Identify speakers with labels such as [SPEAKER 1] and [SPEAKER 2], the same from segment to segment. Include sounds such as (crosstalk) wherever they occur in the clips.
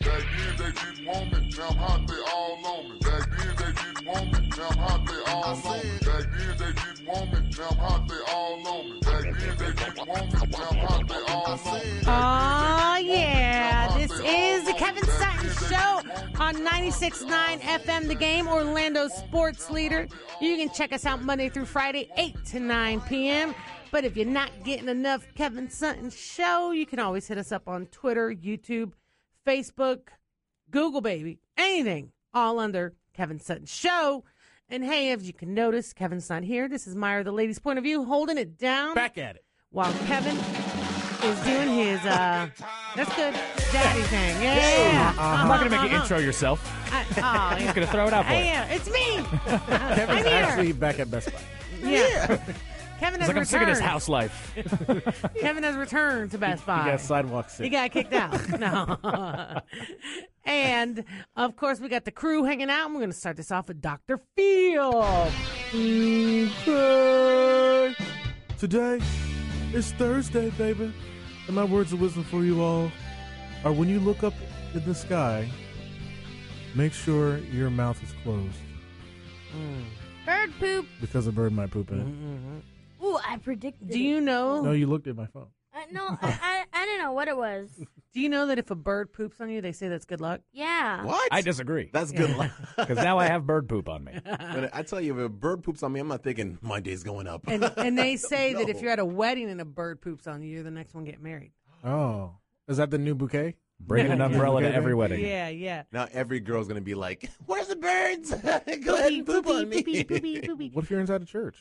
[SPEAKER 1] they didn't want me, now I'm hot, they all on me. Back then they didn't want me, now I'm hot, they all on me. Back then they didn't want me, now I'm hot, they all on me. Back then they didn't want me, now I'm hot, they all on me.
[SPEAKER 2] Oh, yeah. This is the Kevin Sutton Show on 96.9 FM, The Game, Orlando sports leader. You can check us out Monday through Friday, 8 to 9 p.m. But if you're not getting enough Kevin Sutton Show, you can always hit us up on Twitter, YouTube, Facebook, Google, baby, anything, all under Kevin Sutton Show. And hey, if you can notice, Kevin's not here. This is Myra, the lady's point of view, holding it down
[SPEAKER 3] Back at it.
[SPEAKER 2] while Kevin is doing his uh that's good daddy thing. Yeah.
[SPEAKER 3] Uh-huh.
[SPEAKER 2] Uh-huh.
[SPEAKER 3] I'm not going to make you intro yourself.
[SPEAKER 2] I,
[SPEAKER 3] (laughs)
[SPEAKER 2] oh, yeah.
[SPEAKER 3] going to throw it out for
[SPEAKER 2] I
[SPEAKER 3] you.
[SPEAKER 2] am. It's
[SPEAKER 3] (laughs)
[SPEAKER 2] me.
[SPEAKER 4] Kevin's
[SPEAKER 2] I'm here.
[SPEAKER 4] actually back at Best Buy.
[SPEAKER 2] Yeah. (laughs) Kevin has
[SPEAKER 3] It's like I'm sick of
[SPEAKER 2] returned.
[SPEAKER 3] this house life.
[SPEAKER 2] Kevin has returned to
[SPEAKER 3] (laughs)
[SPEAKER 2] Best Buy.
[SPEAKER 4] He got sidewalk sick.
[SPEAKER 2] He got kicked out. (laughs) No. (laughs) and of course, we got the crew hanging out. And we're going to start this off with Dr. Field.
[SPEAKER 4] Okay. Today is Thursday, baby. And my words of wisdom for you all are when you look up in the sky, make sure your mouth is closed
[SPEAKER 5] Mm. Bird poop.
[SPEAKER 4] because a bird might poop in it.
[SPEAKER 5] Ooh, I predicted.
[SPEAKER 2] Do
[SPEAKER 5] it.
[SPEAKER 2] you know?
[SPEAKER 4] No, you looked at my phone.
[SPEAKER 5] Uh, no,
[SPEAKER 2] (laughs)
[SPEAKER 5] I, I I don't know what it was.
[SPEAKER 2] Do you know that if a bird poops on you, they say that's good luck?
[SPEAKER 5] Yeah.
[SPEAKER 6] What?
[SPEAKER 3] I
[SPEAKER 4] (laughs)
[SPEAKER 3] disagree
[SPEAKER 6] That's good luck. (laughs)
[SPEAKER 3] because now I have bird poop on me.
[SPEAKER 6] But I tell you, if a bird poops on me, I'm not thinking my day's going up.
[SPEAKER 2] And, and
[SPEAKER 3] (laughs)
[SPEAKER 2] they say that if
[SPEAKER 6] No.
[SPEAKER 2] you're at a wedding and a bird poops on you, you're the next one getting married.
[SPEAKER 4] Oh. Is that the new bouquet?
[SPEAKER 3] Bringing an umbrella to every wedding.
[SPEAKER 2] Yeah, yeah.
[SPEAKER 6] now every girl's gonna be like, "Where's the birds? (laughs) Go ahead and poop on me."
[SPEAKER 2] Poopy, poopy, poopy.
[SPEAKER 4] What if you're inside a church?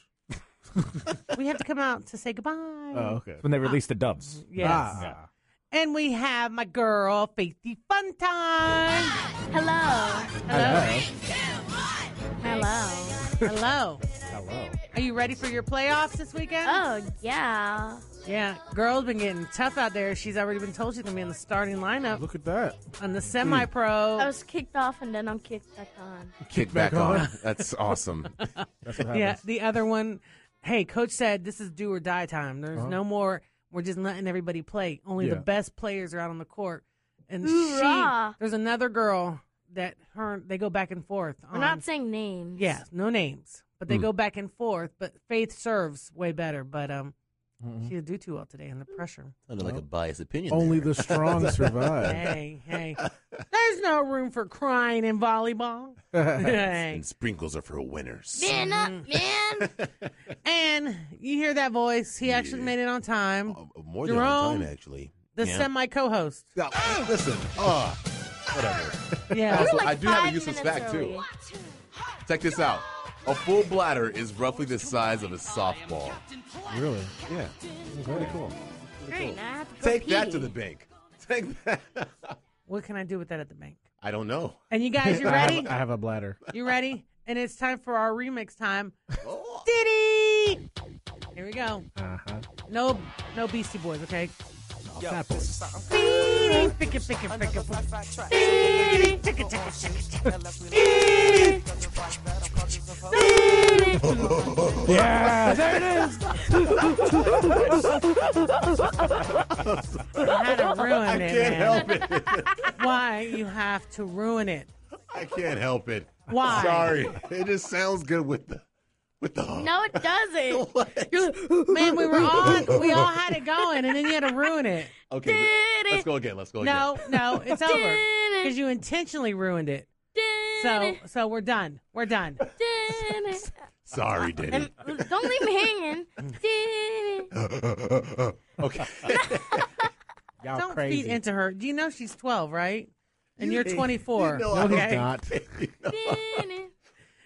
[SPEAKER 6] (laughs)
[SPEAKER 2] we have to come out to say goodbye.
[SPEAKER 4] Oh, okay.
[SPEAKER 3] When they released the doves.
[SPEAKER 2] Yes.
[SPEAKER 4] Ah.
[SPEAKER 2] And we have my girl, Faithy Funtime.
[SPEAKER 5] Hello.
[SPEAKER 2] Hello.
[SPEAKER 5] Hello.
[SPEAKER 2] Hello.
[SPEAKER 4] Hello.
[SPEAKER 2] Are you ready for your playoffs this weekend?
[SPEAKER 5] Oh yeah.
[SPEAKER 2] Yeah. Girl's been getting tough out there. She's already been told she's going to be in the starting lineup
[SPEAKER 4] Look at that.
[SPEAKER 2] on
[SPEAKER 6] Mm.
[SPEAKER 2] the semi pro.
[SPEAKER 5] I was kicked off and then I'm kicked back on.
[SPEAKER 6] Kick back (laughs) on. That's awesome.
[SPEAKER 4] That's what happens.
[SPEAKER 2] yeah. The other one, hey, coach said this is do or die time. There's no more. We're just letting everybody play. Only the
[SPEAKER 4] Yeah.
[SPEAKER 2] best players are out on the court. And
[SPEAKER 5] Hoorah.
[SPEAKER 2] she, there's another girl that her, they go back and forth.
[SPEAKER 5] We're
[SPEAKER 2] on,
[SPEAKER 5] not saying names.
[SPEAKER 2] Um, Yeah, no names, but they go back and forth. But Faith serves way better. But um, she didn't do too well today under
[SPEAKER 5] Mm. (laughs)
[SPEAKER 2] pressure.
[SPEAKER 6] Sounded like a biased opinion.
[SPEAKER 4] Only
[SPEAKER 6] there.
[SPEAKER 4] the (laughs) strong survive.
[SPEAKER 2] hey, hey, there's no room for crying in volleyball. Hey.
[SPEAKER 6] (laughs) and sprinkles are for winners.
[SPEAKER 5] Man up,
[SPEAKER 2] Mm-hmm.
[SPEAKER 6] (laughs)
[SPEAKER 5] man.
[SPEAKER 2] And you hear that voice? He actually made it on time.
[SPEAKER 6] Oh, More than
[SPEAKER 2] Jerome,
[SPEAKER 6] one time, actually.
[SPEAKER 2] the
[SPEAKER 6] Yeah.
[SPEAKER 2] semi co-host.
[SPEAKER 6] Now, listen. Ah, whatever.
[SPEAKER 2] Yeah,
[SPEAKER 6] Also,
[SPEAKER 5] like
[SPEAKER 6] I do have a
[SPEAKER 5] five
[SPEAKER 6] useless
[SPEAKER 5] minutes
[SPEAKER 6] fact
[SPEAKER 5] early.
[SPEAKER 6] too. Check this out. A full bladder is roughly the size of a softball.
[SPEAKER 4] really?
[SPEAKER 6] Yeah. Pretty cool.
[SPEAKER 5] Great. Now I have to go
[SPEAKER 6] Take that
[SPEAKER 5] pee.
[SPEAKER 6] to the bank. Take that. (laughs)
[SPEAKER 2] what can I do with that at the bank?
[SPEAKER 6] I don't know.
[SPEAKER 2] And you guys,
[SPEAKER 3] (laughs)
[SPEAKER 2] you
[SPEAKER 4] I have,
[SPEAKER 2] ready?
[SPEAKER 4] I have a bladder.
[SPEAKER 2] You ready? And it's time for our remix time.
[SPEAKER 3] Oh.
[SPEAKER 2] Diddy. Here we go.
[SPEAKER 4] Uh-huh.
[SPEAKER 2] No, no Beastie Boys. Okay.
[SPEAKER 4] Fat boys.
[SPEAKER 2] Beating, picking, picking, picking, beating, ticka, ticka, ticka, ticka, beating.
[SPEAKER 3] Yeah, there it is.
[SPEAKER 2] (laughs) You had to ruin it,
[SPEAKER 6] Can't
[SPEAKER 2] man.
[SPEAKER 6] help it.
[SPEAKER 2] Why you have to ruin it?
[SPEAKER 6] I can't help it.
[SPEAKER 2] Why?
[SPEAKER 6] Sorry. It just sounds good with the with the (laughs)
[SPEAKER 5] No, it doesn't.
[SPEAKER 2] (gasps)
[SPEAKER 6] What?
[SPEAKER 2] Man, we were on. We all had it going, and then you had to ruin it.
[SPEAKER 6] Okay.
[SPEAKER 5] Did
[SPEAKER 6] let- Let's
[SPEAKER 5] it.
[SPEAKER 6] go again. Let's go again.
[SPEAKER 2] No, no, it's over because you intentionally ruined it. So, (laughs) so we're done. We're done.
[SPEAKER 6] Sorry, Diddy.
[SPEAKER 5] And don't leave me hanging. Did it.
[SPEAKER 6] (laughs) okay. (laughs)
[SPEAKER 4] Y'all
[SPEAKER 2] Don't
[SPEAKER 4] crazy.
[SPEAKER 2] feed into her. Do you know she's twelve, right? And you're twenty
[SPEAKER 6] You
[SPEAKER 2] four.
[SPEAKER 6] know
[SPEAKER 4] no,
[SPEAKER 6] I-
[SPEAKER 4] he's not.
[SPEAKER 5] Did it.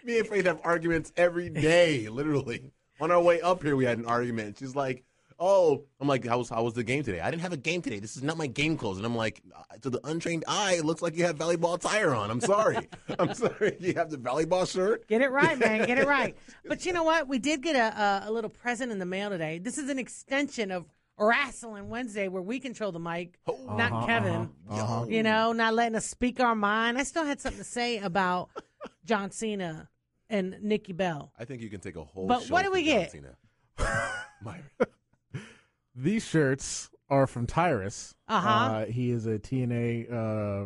[SPEAKER 6] Me and Faith have arguments every day, literally. On our way up here, we had an argument. She's like, "Oh, I'm like, how was how was the game today? I didn't have a game today. This is not my game clothes." And I'm like, "Uh, "To the untrained eye, it looks like you have volleyball attire on. I'm sorry. (laughs) I'm sorry. You have the volleyball shirt.
[SPEAKER 2] Get it right, man.
[SPEAKER 4] (laughs)
[SPEAKER 2] Get it right. But you know what? We did get a, a, a little present in the mail today. This is an extension of Wrestling Wednesday where we control the mic, not Kevin.
[SPEAKER 4] Uh-huh.
[SPEAKER 2] You know, not letting us speak our mind. I still had something to say about John Cena and Nikki Bell.
[SPEAKER 6] I think you can take a whole.
[SPEAKER 2] But
[SPEAKER 6] show
[SPEAKER 2] what do
[SPEAKER 6] for
[SPEAKER 2] we
[SPEAKER 6] John
[SPEAKER 2] get?
[SPEAKER 6] Cena. My-
[SPEAKER 4] These shirts are from Tyrus.
[SPEAKER 2] Uh-huh.
[SPEAKER 4] Uh, he is a TNA uh,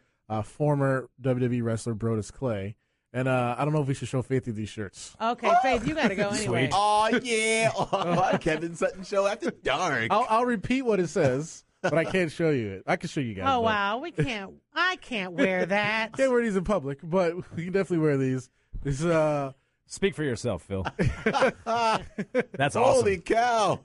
[SPEAKER 2] Wrestler.
[SPEAKER 4] uh, former WWE wrestler Brodus Clay. And uh, I don't know if we should show Faithy these shirts.
[SPEAKER 2] Okay, Faith, you got
[SPEAKER 4] (laughs)
[SPEAKER 2] to go anyway.
[SPEAKER 6] Oh yeah, (laughs) oh, Kevin Sutton show after dark.
[SPEAKER 2] Oh,
[SPEAKER 4] I'll, I'll repeat what
[SPEAKER 2] (laughs)
[SPEAKER 4] it says, but I can't show you it. I can show you guys.
[SPEAKER 2] Oh
[SPEAKER 4] though.
[SPEAKER 2] wow, we can't. I can't
[SPEAKER 4] (laughs)
[SPEAKER 2] wear that.
[SPEAKER 4] Can't wear these in public, but (laughs) we can definitely wear these. This uh,
[SPEAKER 3] Speak for yourself,
[SPEAKER 4] (laughs)
[SPEAKER 3] Phil. That's awesome.
[SPEAKER 2] (laughs)
[SPEAKER 6] Holy cow!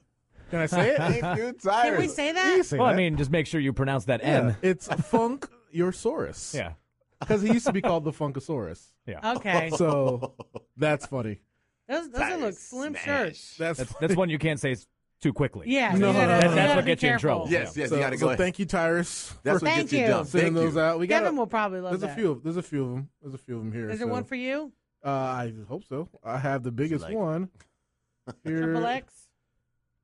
[SPEAKER 4] can I (laughs) say it?
[SPEAKER 6] Ain't dude tired?
[SPEAKER 2] Can we
[SPEAKER 6] (laughs)
[SPEAKER 2] say
[SPEAKER 4] You
[SPEAKER 2] that?
[SPEAKER 4] (laughs) say
[SPEAKER 3] Well, I
[SPEAKER 4] that.
[SPEAKER 3] mean, just make sure you pronounce that
[SPEAKER 4] yeah.
[SPEAKER 3] N.
[SPEAKER 4] it's Funk Yoursaurus.
[SPEAKER 3] Yeah.
[SPEAKER 4] because he used to be called the (laughs) Funkosaurus.
[SPEAKER 3] Yeah.
[SPEAKER 2] Okay,
[SPEAKER 6] Oh,
[SPEAKER 4] So that's funny.
[SPEAKER 2] those those look slim shirts.
[SPEAKER 4] That's,
[SPEAKER 3] That's, that's one you can't say s- too quickly.
[SPEAKER 2] Yeah,
[SPEAKER 4] No,
[SPEAKER 2] you gotta,
[SPEAKER 4] no, no,
[SPEAKER 2] you
[SPEAKER 4] no.
[SPEAKER 2] gotta
[SPEAKER 3] That's what
[SPEAKER 2] be
[SPEAKER 3] gets you in
[SPEAKER 2] careful.
[SPEAKER 3] trouble.
[SPEAKER 6] Yes, yes,
[SPEAKER 4] so,
[SPEAKER 6] you gotta
[SPEAKER 4] so
[SPEAKER 6] go. ahead.
[SPEAKER 4] thank you, Tyrus.
[SPEAKER 6] That's
[SPEAKER 4] for
[SPEAKER 6] what
[SPEAKER 2] Thank
[SPEAKER 6] gets you,
[SPEAKER 2] you.
[SPEAKER 6] done.
[SPEAKER 4] sending
[SPEAKER 6] Thank
[SPEAKER 4] those
[SPEAKER 6] you.
[SPEAKER 4] out. We got
[SPEAKER 2] Kevin will probably love
[SPEAKER 4] There's
[SPEAKER 2] that.
[SPEAKER 4] a few. Of, there's a few of them. There's a few of them here.
[SPEAKER 2] Is there
[SPEAKER 4] so-
[SPEAKER 2] one for you?
[SPEAKER 4] Uh, I hope so. I have the biggest
[SPEAKER 2] (laughs)
[SPEAKER 6] like-
[SPEAKER 4] one. Here.
[SPEAKER 2] Triple X.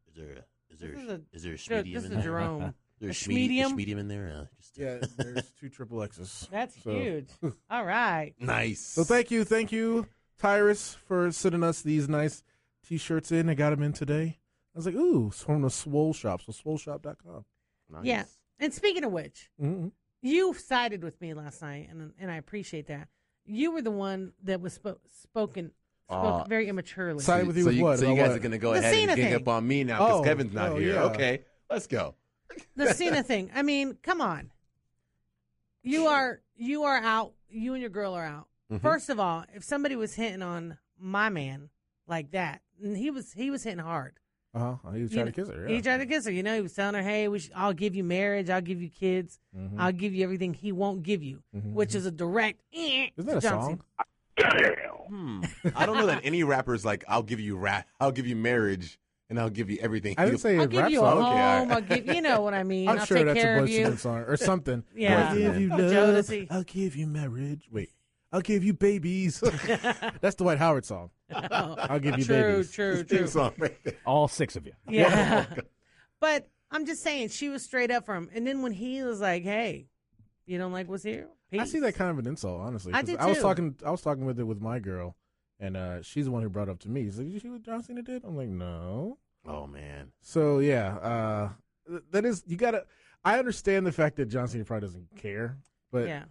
[SPEAKER 6] Is there a, is there
[SPEAKER 2] This is
[SPEAKER 6] a,
[SPEAKER 2] a-
[SPEAKER 6] is there a
[SPEAKER 2] Dude,
[SPEAKER 6] schmedium
[SPEAKER 2] This is
[SPEAKER 6] in
[SPEAKER 2] a
[SPEAKER 4] (laughs)
[SPEAKER 6] there?
[SPEAKER 2] Jerome.
[SPEAKER 6] There's
[SPEAKER 2] a schmedium?
[SPEAKER 6] medium in there. Uh, just
[SPEAKER 4] Yeah, there's two triple X's.
[SPEAKER 2] That's
[SPEAKER 4] So- (laughs)
[SPEAKER 2] huge. All right.
[SPEAKER 6] Nice.
[SPEAKER 4] So thank you, thank you, Tyrus, for sending us these nice t-shirts in. I got them in today. I was like, ooh, it's from the Swole Shop. So swoleshop.com.
[SPEAKER 6] Nice.
[SPEAKER 2] Yeah. And speaking of which,
[SPEAKER 4] Mm-hmm.
[SPEAKER 2] you sided with me last night, and and I appreciate that. You were the one that was spo- spoken spoke
[SPEAKER 6] Uh,
[SPEAKER 2] very immaturely.
[SPEAKER 4] Sided with you
[SPEAKER 6] so
[SPEAKER 4] with
[SPEAKER 6] you,
[SPEAKER 4] what?
[SPEAKER 6] So you
[SPEAKER 4] About
[SPEAKER 6] guys
[SPEAKER 4] what?
[SPEAKER 6] are gonna go
[SPEAKER 2] The
[SPEAKER 6] ahead
[SPEAKER 2] Cena
[SPEAKER 6] and gang
[SPEAKER 2] thing.
[SPEAKER 6] up on me now because
[SPEAKER 4] Oh,
[SPEAKER 6] Kevin's not
[SPEAKER 4] oh,
[SPEAKER 6] here.
[SPEAKER 4] yeah.
[SPEAKER 6] Okay, let's go.
[SPEAKER 2] the Cena thing. I mean, come on. You are you are out. You and your girl are out.
[SPEAKER 4] Mm-hmm.
[SPEAKER 2] First of all, if somebody was hitting on my man like that, and he was he was hitting hard.
[SPEAKER 4] Uh-huh. He was
[SPEAKER 2] You
[SPEAKER 4] trying
[SPEAKER 2] know,
[SPEAKER 4] to kiss her.
[SPEAKER 2] He
[SPEAKER 4] yeah.
[SPEAKER 2] tried to kiss her. You know, he was telling her, "Hey, we should, I'll give you marriage. I'll give you kids.
[SPEAKER 4] Mm-hmm.
[SPEAKER 2] I'll give you everything." He won't give you, which is a direct. eh, Isn't
[SPEAKER 4] Isn't that a song?
[SPEAKER 2] Hmm.
[SPEAKER 6] I don't know that any rappers like I'll give you rap, I'll give you marriage, and I'll give you everything.
[SPEAKER 4] I didn't say
[SPEAKER 2] I'll
[SPEAKER 4] it
[SPEAKER 2] give
[SPEAKER 4] rap
[SPEAKER 2] you a
[SPEAKER 4] song.
[SPEAKER 6] all- Okay, all
[SPEAKER 2] home.
[SPEAKER 6] right.
[SPEAKER 2] I'll give you know what
[SPEAKER 4] (laughs)
[SPEAKER 2] I mean.
[SPEAKER 4] I'm
[SPEAKER 2] will
[SPEAKER 4] sure
[SPEAKER 2] take
[SPEAKER 4] that's
[SPEAKER 2] care
[SPEAKER 4] a
[SPEAKER 2] of
[SPEAKER 4] Boyz II
[SPEAKER 2] you.
[SPEAKER 4] Men song or something.
[SPEAKER 2] (laughs) Yeah.
[SPEAKER 4] I'll give you love.
[SPEAKER 2] Jodeci.
[SPEAKER 4] I'll give you marriage. Wait. I'll give
[SPEAKER 2] (laughs)
[SPEAKER 4] you babies. (laughs) that's the White Howard song. (laughs) I'll give you
[SPEAKER 2] True,
[SPEAKER 4] babies.
[SPEAKER 2] true,
[SPEAKER 6] (laughs) theme
[SPEAKER 2] true.
[SPEAKER 4] (laughs)
[SPEAKER 6] song right there.
[SPEAKER 3] All six of you.
[SPEAKER 2] Yeah. but I'm just saying, she was straight up from. And then when he was like, "Hey, you don't like what's here?"
[SPEAKER 4] I
[SPEAKER 2] Peace."
[SPEAKER 4] see that kind of an insult, honestly.
[SPEAKER 2] I
[SPEAKER 4] 'cause
[SPEAKER 2] do,
[SPEAKER 4] I was
[SPEAKER 2] too.
[SPEAKER 4] talking, I was talking with it with my girl, and uh, she's the one who brought it up to me. She's like, "Did you see what John Cena did?" I'm like, "No."
[SPEAKER 6] Oh man,
[SPEAKER 4] So yeah, uh, th- that is you gotta. I understand the fact that John Cena probably doesn't care, but
[SPEAKER 2] Yeah.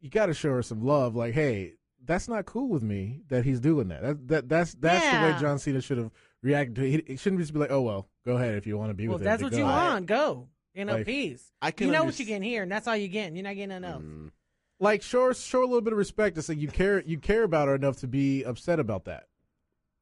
[SPEAKER 4] you gotta show her some love. Like, hey, that's not cool with me that he's doing that. That that that's that's the
[SPEAKER 2] Yeah.
[SPEAKER 4] way John Cena should have reacted to it. He- It shouldn't just be like, "Oh well, go ahead if you want to be
[SPEAKER 2] Well,
[SPEAKER 4] with."
[SPEAKER 2] that's
[SPEAKER 4] him,
[SPEAKER 2] what
[SPEAKER 4] then
[SPEAKER 2] you
[SPEAKER 4] go."
[SPEAKER 2] want. Go. You know,
[SPEAKER 4] Like,
[SPEAKER 2] peace.
[SPEAKER 6] I
[SPEAKER 2] You
[SPEAKER 6] can
[SPEAKER 2] know
[SPEAKER 6] underst- Mm.
[SPEAKER 2] what you're getting here, and that's all you're getting. You're not getting nothing else.
[SPEAKER 4] Mm-hmm. Like, show her- show her a little bit of respect. It's like you care you care about her enough to be upset about that.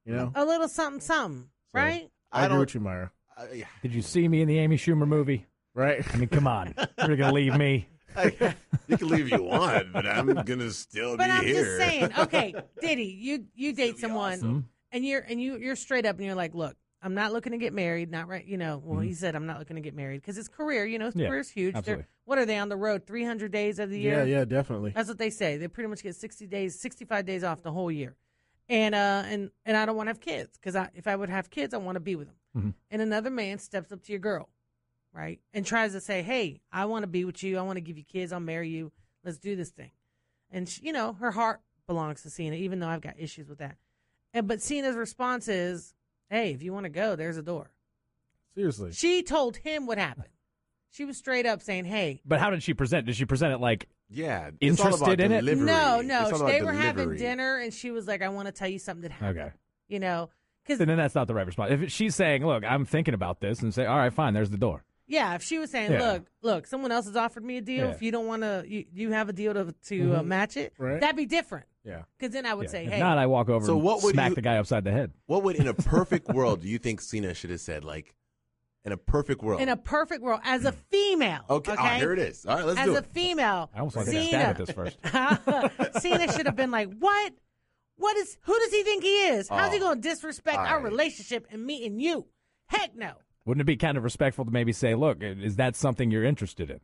[SPEAKER 4] You know,
[SPEAKER 2] A little something, something, right?
[SPEAKER 4] I, agree
[SPEAKER 6] don't- uh,
[SPEAKER 4] with you, Myra.
[SPEAKER 6] I,
[SPEAKER 3] Did you see me in the Amy Schumer movie?
[SPEAKER 4] Right? (laughs)
[SPEAKER 3] I mean, come on. You're going to
[SPEAKER 2] (laughs)
[SPEAKER 3] leave me.
[SPEAKER 6] I- (laughs) you can leave if you want,
[SPEAKER 3] (laughs)
[SPEAKER 6] but I'm gonna still
[SPEAKER 2] But
[SPEAKER 6] be
[SPEAKER 2] I'm
[SPEAKER 6] here.
[SPEAKER 2] just saying,
[SPEAKER 4] (laughs)
[SPEAKER 2] okay, Diddy, you you date someone,
[SPEAKER 3] Hmm?
[SPEAKER 2] and you're and you you're straight up, and you're like, look, I'm not looking to get married, not right, you know. Well, he said I'm not looking to get married because his career, you know, his
[SPEAKER 3] Mm-hmm. Yeah,
[SPEAKER 2] career's huge.
[SPEAKER 3] absolutely.
[SPEAKER 2] They're, what are they on the road 300 days of the year?
[SPEAKER 4] Yeah, yeah, definitely.
[SPEAKER 2] That's what they say. They pretty much get 60 days, 65 days off the whole year. And uh and and I don't want to have kids because I if I would have kids, I want to be with them. And another man steps up to your girl, right, and tries to say, "Hey, I want to be with you. I want to give you kids. I'll marry you. Let's do this thing." And she, you know, her heart belongs to Cena, even though I've got issues with that. And but Cena's response is, "Hey, if you want to go, there's a door."
[SPEAKER 4] Seriously.
[SPEAKER 2] She told him what happened. She was straight up saying, "Hey,
[SPEAKER 3] But how did she present? Did she present it like,
[SPEAKER 6] Yeah, it's all
[SPEAKER 3] Interested
[SPEAKER 6] about
[SPEAKER 3] in it?
[SPEAKER 6] delivery.
[SPEAKER 2] No,
[SPEAKER 6] It's
[SPEAKER 2] no.
[SPEAKER 6] all about
[SPEAKER 2] They were having
[SPEAKER 6] delivery.
[SPEAKER 2] dinner, and she was like, "I want to tell you something that happened."
[SPEAKER 3] Okay.
[SPEAKER 2] You know, because
[SPEAKER 3] then that's not the right response. If she's saying, look, I'm thinking about this and say, all right, fine, there's the door.
[SPEAKER 2] yeah, if she was saying,
[SPEAKER 3] Yeah.
[SPEAKER 2] "Look, look, someone else has offered me a deal.
[SPEAKER 3] Yeah.
[SPEAKER 2] If you don't want to, you, you have a deal to to uh,
[SPEAKER 6] Mm-hmm.
[SPEAKER 2] match it.
[SPEAKER 4] Right.
[SPEAKER 2] That'd be different."
[SPEAKER 4] Yeah.
[SPEAKER 2] Because then I would
[SPEAKER 3] Yeah.
[SPEAKER 2] say,
[SPEAKER 3] if
[SPEAKER 2] "Hey,
[SPEAKER 3] not, I walk over
[SPEAKER 6] So
[SPEAKER 3] and
[SPEAKER 6] what would
[SPEAKER 3] smack
[SPEAKER 6] you-
[SPEAKER 3] the guy upside the head.
[SPEAKER 6] What would, in
[SPEAKER 2] (laughs)
[SPEAKER 6] a perfect world, do you think Cena should have said? Like, in a perfect world.
[SPEAKER 2] in a perfect world, as a female,
[SPEAKER 6] okay, ah, here it is. All right, let's
[SPEAKER 2] as
[SPEAKER 6] do
[SPEAKER 2] a
[SPEAKER 6] it.
[SPEAKER 2] female,
[SPEAKER 3] I almost want to take a stab at
[SPEAKER 2] Cena,
[SPEAKER 3] this
[SPEAKER 2] (laughs)
[SPEAKER 3] first.
[SPEAKER 2] Cena should have been like, "What? What is? Who does he think he is? How's he
[SPEAKER 6] Oh.
[SPEAKER 2] going to disrespect
[SPEAKER 6] All
[SPEAKER 2] our
[SPEAKER 6] right.
[SPEAKER 2] relationship and me and you? Heck no!"
[SPEAKER 3] Wouldn't it be kind of respectful to maybe say, look, is that something you're interested in?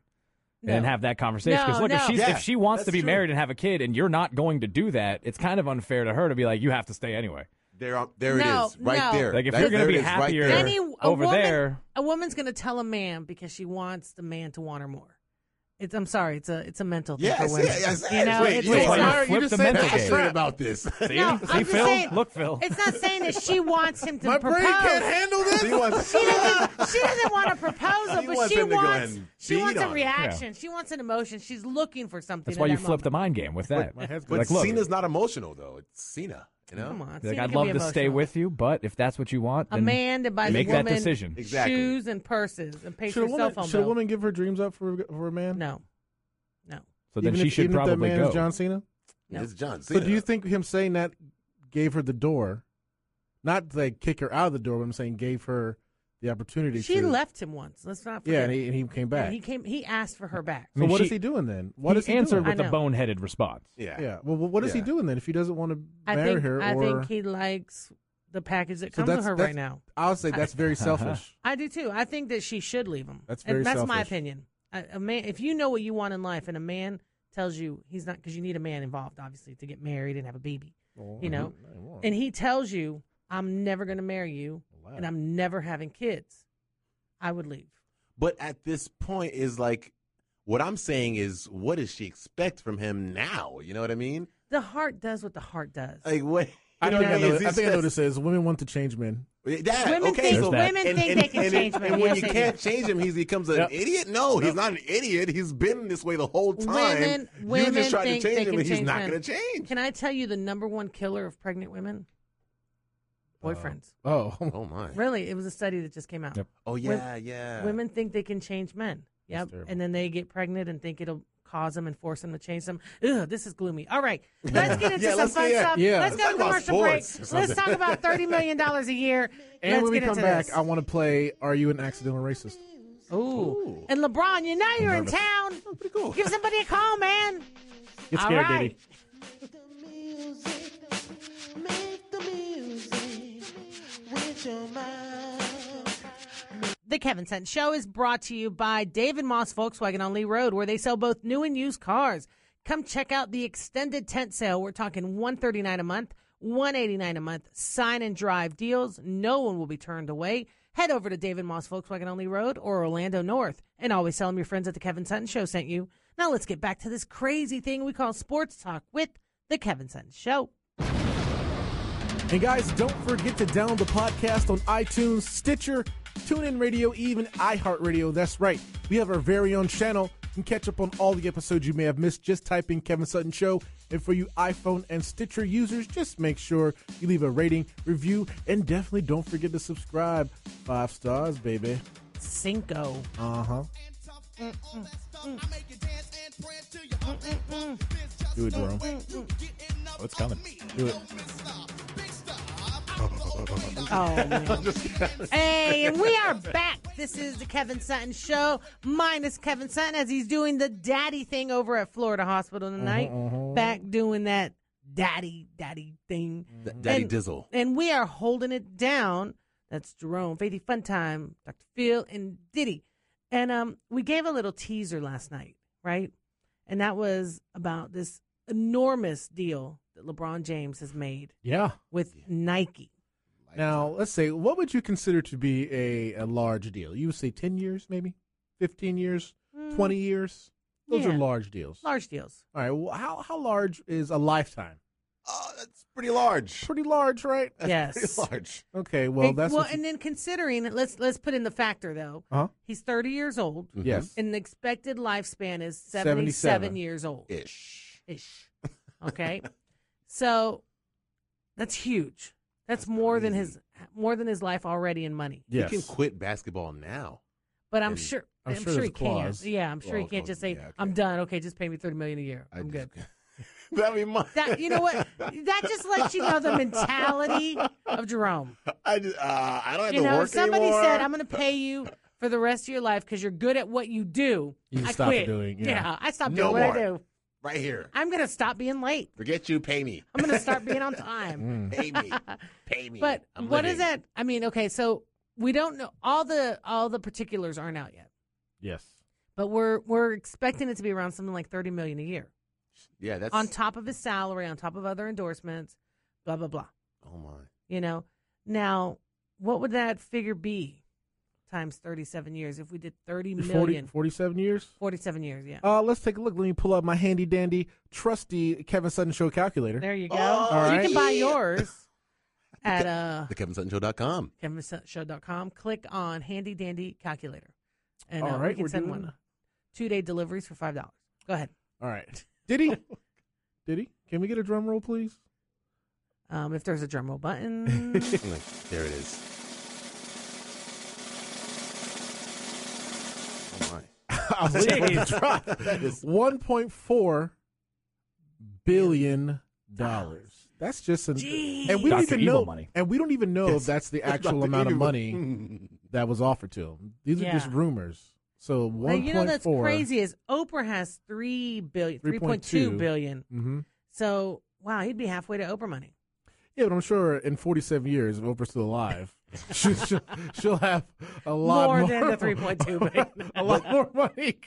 [SPEAKER 3] And
[SPEAKER 2] No.
[SPEAKER 3] have that conversation.
[SPEAKER 2] No,
[SPEAKER 3] Because look,
[SPEAKER 2] no.
[SPEAKER 3] if, she's,
[SPEAKER 6] Yeah,
[SPEAKER 3] if she wants to
[SPEAKER 6] that's
[SPEAKER 3] be
[SPEAKER 6] true.
[SPEAKER 3] married and have a kid and you're not going to do that, it's kind of unfair to her to be like, you have to stay anyway.
[SPEAKER 6] There, are- there
[SPEAKER 2] No,
[SPEAKER 6] it is. Right
[SPEAKER 2] no.
[SPEAKER 6] there.
[SPEAKER 3] Like, if
[SPEAKER 6] That-
[SPEAKER 3] you're gonna
[SPEAKER 6] there
[SPEAKER 3] be
[SPEAKER 6] it is, right
[SPEAKER 3] happier-
[SPEAKER 6] there.
[SPEAKER 2] Any a
[SPEAKER 3] over
[SPEAKER 2] woman,
[SPEAKER 3] there.
[SPEAKER 2] a woman's going to tell a man because she wants the man to want her more. It's, I'm sorry. It's a it's a mental thing
[SPEAKER 6] Yes,
[SPEAKER 2] for
[SPEAKER 6] yes,
[SPEAKER 2] women.
[SPEAKER 6] yes.
[SPEAKER 2] You know,
[SPEAKER 6] Wait,
[SPEAKER 2] it's,
[SPEAKER 6] you,
[SPEAKER 2] it's
[SPEAKER 6] know what?
[SPEAKER 3] like-
[SPEAKER 2] not,
[SPEAKER 6] Why are you
[SPEAKER 3] Flip
[SPEAKER 6] just
[SPEAKER 3] the
[SPEAKER 6] saying
[SPEAKER 3] mental
[SPEAKER 6] passionate
[SPEAKER 3] game.
[SPEAKER 6] about this?
[SPEAKER 3] See?
[SPEAKER 2] No,
[SPEAKER 3] See,
[SPEAKER 2] I'm just
[SPEAKER 3] Phil?
[SPEAKER 2] saying-
[SPEAKER 3] Look, Phil.
[SPEAKER 2] it's not saying that she wants him to propose.
[SPEAKER 6] handle this. He wants,
[SPEAKER 2] she doesn't want a proposal,
[SPEAKER 6] She
[SPEAKER 2] but
[SPEAKER 6] wants
[SPEAKER 2] she
[SPEAKER 6] him to go
[SPEAKER 2] wants
[SPEAKER 6] and
[SPEAKER 2] she
[SPEAKER 6] beat
[SPEAKER 2] wants a
[SPEAKER 6] on it.
[SPEAKER 2] reaction. She wants an emotion. She's looking for something.
[SPEAKER 3] That's why
[SPEAKER 2] in
[SPEAKER 3] you
[SPEAKER 2] that
[SPEAKER 3] flip the
[SPEAKER 2] moment.
[SPEAKER 3] mind game with that.
[SPEAKER 4] My head's
[SPEAKER 6] but
[SPEAKER 3] Like, look.
[SPEAKER 6] Cena's not emotional though. It's Cena. You know.
[SPEAKER 2] Come on,
[SPEAKER 3] Like,
[SPEAKER 2] Cena
[SPEAKER 3] I'd
[SPEAKER 2] can
[SPEAKER 3] love
[SPEAKER 2] be
[SPEAKER 3] to stay
[SPEAKER 2] emotional.
[SPEAKER 3] with you, but if that's what you want,
[SPEAKER 2] a
[SPEAKER 3] then
[SPEAKER 2] man that buys
[SPEAKER 3] make
[SPEAKER 2] a
[SPEAKER 3] that
[SPEAKER 2] woman
[SPEAKER 3] decision.
[SPEAKER 6] Exactly.
[SPEAKER 2] shoes and purses and pays
[SPEAKER 4] Should
[SPEAKER 2] for
[SPEAKER 4] a woman
[SPEAKER 2] cell phone
[SPEAKER 4] should a
[SPEAKER 2] bill.
[SPEAKER 4] woman give her dreams up for for a man?
[SPEAKER 2] No, no,
[SPEAKER 3] so then
[SPEAKER 4] even
[SPEAKER 3] she
[SPEAKER 4] if,
[SPEAKER 3] should
[SPEAKER 4] even if that
[SPEAKER 3] probably
[SPEAKER 4] man
[SPEAKER 3] go.
[SPEAKER 4] is John Cena.
[SPEAKER 2] No.
[SPEAKER 6] It's John
[SPEAKER 4] So
[SPEAKER 6] Cena.
[SPEAKER 4] do you think him saying that gave her the door? Not like kick her out of the door, but I'm saying gave her the opportunity.
[SPEAKER 2] she
[SPEAKER 4] to,
[SPEAKER 2] left him once. Let's not forget.
[SPEAKER 4] Yeah, and he, and he came
[SPEAKER 2] And
[SPEAKER 4] back.
[SPEAKER 2] he came. He asked for her back.
[SPEAKER 3] I mean,
[SPEAKER 4] so what is
[SPEAKER 3] she-
[SPEAKER 4] he doing then? What
[SPEAKER 3] he
[SPEAKER 4] is he
[SPEAKER 3] answered
[SPEAKER 4] doing?
[SPEAKER 3] with a
[SPEAKER 2] I know.
[SPEAKER 3] boneheaded response.
[SPEAKER 6] Yeah.
[SPEAKER 4] yeah. Well, what is he
[SPEAKER 6] Yeah.
[SPEAKER 4] doing then if he doesn't want to
[SPEAKER 2] I
[SPEAKER 4] marry
[SPEAKER 2] think.
[SPEAKER 4] her?
[SPEAKER 2] I
[SPEAKER 4] or,
[SPEAKER 2] think he likes the package that comes with her right now.
[SPEAKER 4] I'll say
[SPEAKER 3] (laughs)
[SPEAKER 4] that's very selfish.
[SPEAKER 2] I do too. I think that she should leave him.
[SPEAKER 4] That's
[SPEAKER 2] And
[SPEAKER 4] very
[SPEAKER 2] That's my
[SPEAKER 4] selfish.
[SPEAKER 2] opinion. A, a man, if you know what you want in life, and a man tells you he's not, because you need a man involved, obviously, to get married and have a baby. you know, and he tells you, "I'm never going to marry you, and I'm never having kids," I would leave.
[SPEAKER 6] But at this point, is like, what I'm saying is, what does she expect from him now? You know what I mean?
[SPEAKER 2] The heart does what the heart does.
[SPEAKER 6] Like what?
[SPEAKER 4] I
[SPEAKER 6] You
[SPEAKER 4] think I
[SPEAKER 6] what (laughs)
[SPEAKER 4] know.
[SPEAKER 6] mean?
[SPEAKER 4] I
[SPEAKER 6] It's
[SPEAKER 4] think I know
[SPEAKER 6] just-
[SPEAKER 4] this is women want to change men.
[SPEAKER 6] That,
[SPEAKER 2] Women
[SPEAKER 6] okay,
[SPEAKER 2] think-
[SPEAKER 6] so
[SPEAKER 2] women think they can change
[SPEAKER 6] and,
[SPEAKER 2] men.
[SPEAKER 6] and when
[SPEAKER 2] Yes,
[SPEAKER 6] you
[SPEAKER 2] they
[SPEAKER 6] can't
[SPEAKER 2] do.
[SPEAKER 6] change him, he becomes an
[SPEAKER 4] Yep.
[SPEAKER 6] idiot. No, he's not an idiot. He's been this way the whole time.
[SPEAKER 2] Women-
[SPEAKER 6] you
[SPEAKER 2] women
[SPEAKER 6] just tried to
[SPEAKER 2] think they
[SPEAKER 6] change him,
[SPEAKER 2] can
[SPEAKER 6] and he's
[SPEAKER 2] change
[SPEAKER 6] not
[SPEAKER 2] men.
[SPEAKER 6] going to change.
[SPEAKER 2] Can I tell you the number one killer of pregnant women? Boyfriends.
[SPEAKER 4] Oh, (laughs)
[SPEAKER 6] Oh my!
[SPEAKER 2] really, it was a study that just came out.
[SPEAKER 3] Yep.
[SPEAKER 6] Oh yeah, yeah.
[SPEAKER 2] Women think they can change men. Yep. And then they get pregnant and think it'll cause them and force them to change them. Ugh, this is gloomy. All right. Let's
[SPEAKER 6] (laughs)
[SPEAKER 2] get into
[SPEAKER 6] Yeah,
[SPEAKER 2] some
[SPEAKER 6] let's
[SPEAKER 2] fun
[SPEAKER 6] get-
[SPEAKER 2] stuff.
[SPEAKER 4] yeah.
[SPEAKER 2] Let's go to
[SPEAKER 6] Let's talk about
[SPEAKER 2] commercial break.
[SPEAKER 6] sports or
[SPEAKER 2] Let's talk
[SPEAKER 6] something.
[SPEAKER 2] about $30 million a
[SPEAKER 6] (laughs)
[SPEAKER 2] year.
[SPEAKER 4] and
[SPEAKER 2] Let's
[SPEAKER 4] when we
[SPEAKER 2] get
[SPEAKER 4] come
[SPEAKER 2] into
[SPEAKER 4] back,
[SPEAKER 2] this.
[SPEAKER 4] I want to play. Are you an accidental racist?
[SPEAKER 2] Ooh. And LeBron, you know you're in town.
[SPEAKER 6] Pretty cool.
[SPEAKER 2] Give somebody a call, man.
[SPEAKER 3] Get
[SPEAKER 2] All
[SPEAKER 3] scared,
[SPEAKER 2] right.
[SPEAKER 3] Diddy.
[SPEAKER 2] The Kevin Scent Show is brought to you by David Moss Volkswagen on Lee Road, where they sell both new and used cars. Come check out the extended tent sale. We're talking one thirty nine a month, one eighty nine a month. Sign and drive deals. No one will be turned away. Head over to David Moss Volkswagen on Lee Road or Orlando North, and always tell them your friends at the Kevin Sutton Show sent you. Now let's get back to this crazy thing we call sports talk with the Kevin Sutton Show.
[SPEAKER 4] And guys, don't forget to download the podcast on iTunes, Stitcher, TuneIn Radio, even iHeartRadio. That's right. We have our very own channel. You can catch up on all the episodes you may have missed. Just type in Kevin Sutton Show. And for you iPhone and Stitcher users, just make sure you leave a rating, review, and definitely don't forget to subscribe. Five stars, baby.
[SPEAKER 2] Cinco.
[SPEAKER 4] Uh huh. Do it, Jerome.
[SPEAKER 3] Oh, it's coming.
[SPEAKER 4] Do it.
[SPEAKER 2] Oh, man. hey, and we are back. This is the Kevin Sutton Show, minus Kevin Sutton as he's doing the daddy thing over at Florida Hospital tonight. Back doing that daddy, daddy thing.
[SPEAKER 6] Daddy
[SPEAKER 2] And-
[SPEAKER 6] Dizzle.
[SPEAKER 2] And we are holding it down. That's Jerome, Faithy Funtime, Dr. Phil, and Diddy. And um, we gave a little teaser last night, right? And that was about this enormous deal that LeBron James has made
[SPEAKER 4] Yeah.
[SPEAKER 2] with Nike.
[SPEAKER 4] Now, let's say, what would you consider to be a, a large deal? You would say 10 years, maybe? 15 years? 20 years? Those
[SPEAKER 2] yeah.
[SPEAKER 4] are large deals.
[SPEAKER 2] Large deals.
[SPEAKER 4] All right. Well, how, how large is a lifetime?
[SPEAKER 6] Oh, that's pretty large.
[SPEAKER 4] Pretty large, right? (laughs)
[SPEAKER 2] Yes.
[SPEAKER 6] Pretty large.
[SPEAKER 4] Okay. Well,
[SPEAKER 2] And-
[SPEAKER 4] that's.
[SPEAKER 2] well,
[SPEAKER 4] what you-
[SPEAKER 2] and then considering let's let's put in the factor though.
[SPEAKER 4] Huh?
[SPEAKER 2] He's thirty years old,
[SPEAKER 4] Yes.
[SPEAKER 2] and the expected lifespan is seventy-seven
[SPEAKER 4] 77.
[SPEAKER 2] years old
[SPEAKER 6] Ish.
[SPEAKER 2] ish. Okay, so that's huge. That's, more than his
[SPEAKER 6] crazy.
[SPEAKER 2] more than his life already in money.
[SPEAKER 4] yes.
[SPEAKER 6] You can quit basketball now.
[SPEAKER 2] But I'm
[SPEAKER 6] And-
[SPEAKER 2] sure
[SPEAKER 4] I'm sure
[SPEAKER 2] he
[SPEAKER 4] there's a clause.
[SPEAKER 2] can't. Yeah, I'm sure he
[SPEAKER 6] Well,
[SPEAKER 2] can't
[SPEAKER 6] well,
[SPEAKER 2] just say
[SPEAKER 6] yeah, okay.
[SPEAKER 2] I'm done. Okay, just pay me thirty million a year.
[SPEAKER 6] I
[SPEAKER 2] I'm good.
[SPEAKER 6] just- (laughs) That'd be my.
[SPEAKER 2] That you know what? That just lets you know the mentality of Jerome.
[SPEAKER 6] I just, uh, I don't have
[SPEAKER 2] you
[SPEAKER 6] to
[SPEAKER 2] know,
[SPEAKER 6] work
[SPEAKER 2] if somebody
[SPEAKER 6] anymore.
[SPEAKER 2] said, "I'm going to pay you for the rest of your life because you're good at what you do,"
[SPEAKER 4] You
[SPEAKER 2] I
[SPEAKER 4] stop
[SPEAKER 2] quit.
[SPEAKER 4] doing, yeah.
[SPEAKER 2] I stopped
[SPEAKER 6] No
[SPEAKER 2] doing what I
[SPEAKER 6] more.
[SPEAKER 2] do.
[SPEAKER 6] right here.
[SPEAKER 2] I'm going to stop being late.
[SPEAKER 6] Forget you. Pay me.
[SPEAKER 2] I'm going to start being on
[SPEAKER 4] (laughs) Mm.
[SPEAKER 2] time.
[SPEAKER 6] Pay me.
[SPEAKER 2] (laughs)
[SPEAKER 6] pay me.
[SPEAKER 2] But
[SPEAKER 6] I'm
[SPEAKER 2] what
[SPEAKER 6] living.
[SPEAKER 2] is that? I mean, okay, so we don't know all the all the particulars aren't out yet,
[SPEAKER 4] Yes.
[SPEAKER 2] but we're we're expecting it to be around something like thirty million a year
[SPEAKER 6] Yeah, that's
[SPEAKER 2] on top of his salary, on top of other endorsements, blah blah blah.
[SPEAKER 6] Oh my.
[SPEAKER 2] You know, now what would that figure be? times 37 years. If we did 30
[SPEAKER 4] 40,
[SPEAKER 2] million,
[SPEAKER 4] 47 years?
[SPEAKER 2] 47 years, yeah.
[SPEAKER 4] Uh, let's take a look. Let me pull up my handy dandy, trusty Kevin Sutton Show calculator.
[SPEAKER 2] There you go.
[SPEAKER 6] Oh,
[SPEAKER 2] You can buy
[SPEAKER 6] yeah.
[SPEAKER 2] yours at (laughs) uh,
[SPEAKER 6] (laughs) TheKevinSuttonShow.com.
[SPEAKER 2] kevinsuttonshow.com. Click on Handy Dandy Calculator. And
[SPEAKER 4] All
[SPEAKER 2] uh,
[SPEAKER 4] right,
[SPEAKER 2] we can
[SPEAKER 4] we're
[SPEAKER 2] send
[SPEAKER 4] doing-
[SPEAKER 2] one. Two day deliveries for $5. Go ahead.
[SPEAKER 4] All right.
[SPEAKER 2] (laughs)
[SPEAKER 4] Diddy? Diddy? Can we get a drum roll, please?
[SPEAKER 2] Um, if there's a drum roll
[SPEAKER 4] (laughs)
[SPEAKER 2] button,
[SPEAKER 6] Like, there it is. Oh my.
[SPEAKER 4] (laughs) I was waiting for it to drop.
[SPEAKER 6] (laughs) That is-
[SPEAKER 4] $1.4 billion. dollars. That's just an.
[SPEAKER 2] Jeez.
[SPEAKER 4] And we don't
[SPEAKER 3] Dr.
[SPEAKER 4] even
[SPEAKER 3] Evil
[SPEAKER 4] know.
[SPEAKER 3] money.
[SPEAKER 4] And we don't even know if Oh, that's
[SPEAKER 6] (laughs)
[SPEAKER 4] the actual amount of money that was offered to him. These are just
[SPEAKER 2] Yeah.
[SPEAKER 4] rumors. So
[SPEAKER 2] Now,
[SPEAKER 4] one
[SPEAKER 2] you know that's crazy is Oprah has 3 billion, 3.2
[SPEAKER 4] 3.2.
[SPEAKER 2] billion.
[SPEAKER 4] Mm-hmm.
[SPEAKER 2] So, wow, he'd be halfway to Oprah money.
[SPEAKER 4] Yeah, but I'm sure in 47 years, if Oprah's still alive, (laughs) she, she'll, she'll have a lot more,
[SPEAKER 2] More than the 3.2 billion.
[SPEAKER 4] (laughs) a lot more money.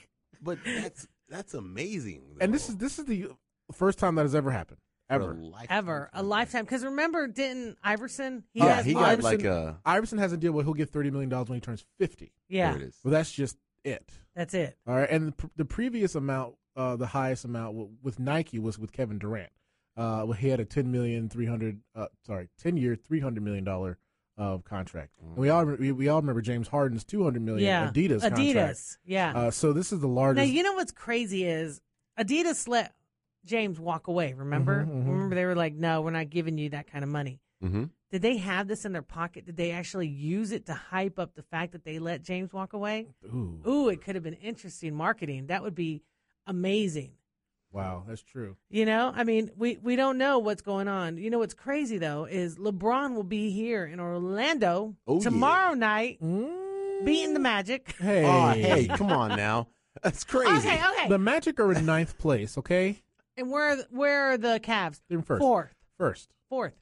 [SPEAKER 6] But that's that's amazing.
[SPEAKER 4] And
[SPEAKER 6] though,
[SPEAKER 4] this is this is the first time that has ever happened
[SPEAKER 6] for a
[SPEAKER 4] ever.
[SPEAKER 6] lifetime
[SPEAKER 2] Ever. A
[SPEAKER 6] contract.
[SPEAKER 2] lifetime. Because remember, didn't Iverson? He
[SPEAKER 6] yeah,
[SPEAKER 2] has
[SPEAKER 6] he
[SPEAKER 2] more-
[SPEAKER 6] got like a.
[SPEAKER 4] Iverson has a deal where he'll get 30 million dollars when he turns 50.
[SPEAKER 2] Yeah,
[SPEAKER 6] There it is.
[SPEAKER 4] Well, that's just it.
[SPEAKER 2] that's it.
[SPEAKER 4] All right, and the, pr- the previous amount, uh, the highest amount w- with Nike was with Kevin Durant. Uh, well, he had a 10 million 300 uh, sorry, 10 year 300 million dollar uh, contract. And we all re- we, we all remember James Harden's 200 million
[SPEAKER 2] Yeah.
[SPEAKER 4] Adidas contract.
[SPEAKER 2] Adidas. Yeah.
[SPEAKER 4] Uh, so this is the
[SPEAKER 2] now,
[SPEAKER 4] largest.
[SPEAKER 2] you know what's crazy is Adidas let James walk away. Remember?
[SPEAKER 4] Mhm, mhm.
[SPEAKER 2] Remember, they were like, no, we're not giving you that kind of money.
[SPEAKER 6] Mm-hmm.
[SPEAKER 2] Did they have this in their pocket? Did they actually use it to hype up the fact that they let James walk away?
[SPEAKER 4] Ooh,
[SPEAKER 2] Ooh, it could have been interesting marketing. That would be amazing.
[SPEAKER 4] wow, that's true.
[SPEAKER 2] You know, I mean, we, we don't know what's going on. You know what's crazy though is LeBron will be here in Orlando
[SPEAKER 6] Oh, yeah.
[SPEAKER 2] tomorrow night beating the Magic.
[SPEAKER 4] Hey,
[SPEAKER 6] Oh, hey, come on now. (laughs) That's crazy.
[SPEAKER 2] Okay, oh, okay.
[SPEAKER 4] the Magic are in ninth place. Okay,
[SPEAKER 2] and where are the- where are the Cavs?
[SPEAKER 4] they're in first.
[SPEAKER 2] Fourth,
[SPEAKER 4] First.
[SPEAKER 2] fourth.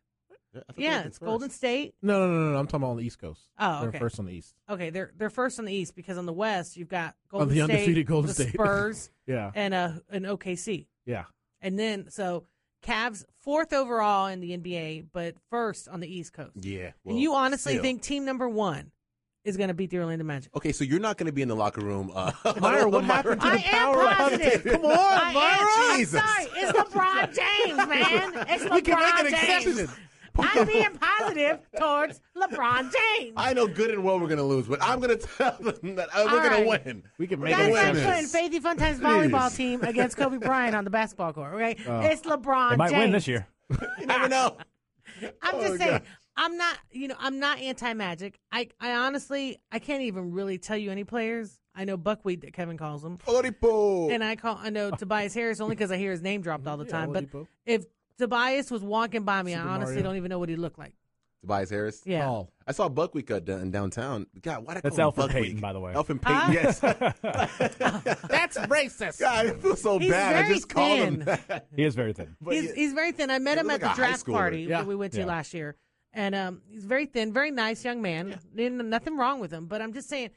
[SPEAKER 6] I thought they
[SPEAKER 2] Yeah,
[SPEAKER 6] were
[SPEAKER 2] it's Golden
[SPEAKER 6] first.
[SPEAKER 2] State.
[SPEAKER 4] No, no, no, no, no. I'm talking about on the East Coast.
[SPEAKER 2] Oh,
[SPEAKER 4] they're
[SPEAKER 2] okay.
[SPEAKER 4] first on the East.
[SPEAKER 2] Okay, they're they're first on the East because on the West you've got Golden
[SPEAKER 4] the
[SPEAKER 2] State,
[SPEAKER 4] undefeated Golden
[SPEAKER 2] the
[SPEAKER 4] State. (laughs)
[SPEAKER 2] Spurs,
[SPEAKER 4] Yeah,
[SPEAKER 2] and uh an OKC,
[SPEAKER 4] yeah.
[SPEAKER 2] and then so Cavs fourth overall in the NBA, but first on the East Coast.
[SPEAKER 6] Yeah. well,
[SPEAKER 2] and you honestly
[SPEAKER 6] still.
[SPEAKER 2] think team number one is going to beat the Orlando Magic?
[SPEAKER 6] Okay, so you're not going to be in the locker room. Uh, (laughs)
[SPEAKER 4] Myra, what happened to
[SPEAKER 2] I
[SPEAKER 4] the
[SPEAKER 2] am
[SPEAKER 4] power
[SPEAKER 2] positive.
[SPEAKER 4] outage? Come on,
[SPEAKER 2] I
[SPEAKER 4] Myra.
[SPEAKER 2] am,
[SPEAKER 6] Jesus.
[SPEAKER 2] I'm sorry. It's LeBron James, man.
[SPEAKER 4] (laughs)
[SPEAKER 2] It's LeBron
[SPEAKER 4] We can make an
[SPEAKER 2] James.
[SPEAKER 4] exception.
[SPEAKER 2] I'm being positive towards LeBron James.
[SPEAKER 6] I know good and well we're going to lose, but I'm going to (laughs) tell them that uh, we're
[SPEAKER 2] All
[SPEAKER 6] going
[SPEAKER 2] right.
[SPEAKER 6] to win.
[SPEAKER 4] We can
[SPEAKER 6] We're
[SPEAKER 4] make
[SPEAKER 6] gonna
[SPEAKER 2] Guys,
[SPEAKER 4] an
[SPEAKER 6] win
[SPEAKER 2] I'm
[SPEAKER 4] exception.
[SPEAKER 6] this.
[SPEAKER 2] putting Faith Fontaine's volleyball team against Kobe Bryant on the basketball court. Okay, it's LeBron.
[SPEAKER 3] They might
[SPEAKER 2] James.
[SPEAKER 3] win this year.
[SPEAKER 6] You never (laughs) know.
[SPEAKER 2] I'm just
[SPEAKER 6] Oh,
[SPEAKER 2] saying.
[SPEAKER 6] gosh.
[SPEAKER 2] I'm not. You know, I'm not anti-magic. I, I honestly, I can't even really tell you any players. I know buckwheat that Kevin calls them,
[SPEAKER 6] Oh. Oladipo.
[SPEAKER 2] and I call. I know Tobias Harris only because I hear his name dropped all the
[SPEAKER 4] Yeah,
[SPEAKER 2] time. but
[SPEAKER 4] Oladipo.
[SPEAKER 2] if Tobias was walking by me,
[SPEAKER 4] Super
[SPEAKER 2] I honestly
[SPEAKER 4] Mario.
[SPEAKER 2] don't even know what he looked like.
[SPEAKER 6] Tobias Harris.
[SPEAKER 2] Yeah.
[SPEAKER 4] All.
[SPEAKER 6] I saw Buckwheat uh, done downtown. God, why did I
[SPEAKER 3] That's
[SPEAKER 6] call him
[SPEAKER 3] Alfred
[SPEAKER 6] Buckwheat?
[SPEAKER 3] Payton, by the way.
[SPEAKER 6] Alfred Payton,
[SPEAKER 2] Huh?
[SPEAKER 6] yes. (laughs)
[SPEAKER 4] That's racist.
[SPEAKER 6] God, I feel so
[SPEAKER 2] He's
[SPEAKER 6] bad. I
[SPEAKER 2] very
[SPEAKER 6] just called him
[SPEAKER 2] thin.
[SPEAKER 6] that.
[SPEAKER 3] He is very thin.
[SPEAKER 6] But
[SPEAKER 2] he's,
[SPEAKER 6] yeah,
[SPEAKER 2] he's very thin. I met
[SPEAKER 6] He
[SPEAKER 2] him at
[SPEAKER 6] looked
[SPEAKER 2] the
[SPEAKER 6] like a high
[SPEAKER 2] draft
[SPEAKER 6] schooler.
[SPEAKER 2] party
[SPEAKER 4] Yeah.
[SPEAKER 2] that we went to
[SPEAKER 3] Yeah.
[SPEAKER 2] last year, and um, he's very thin, very nice young man. N- Nothing wrong with him, but I'm just saying,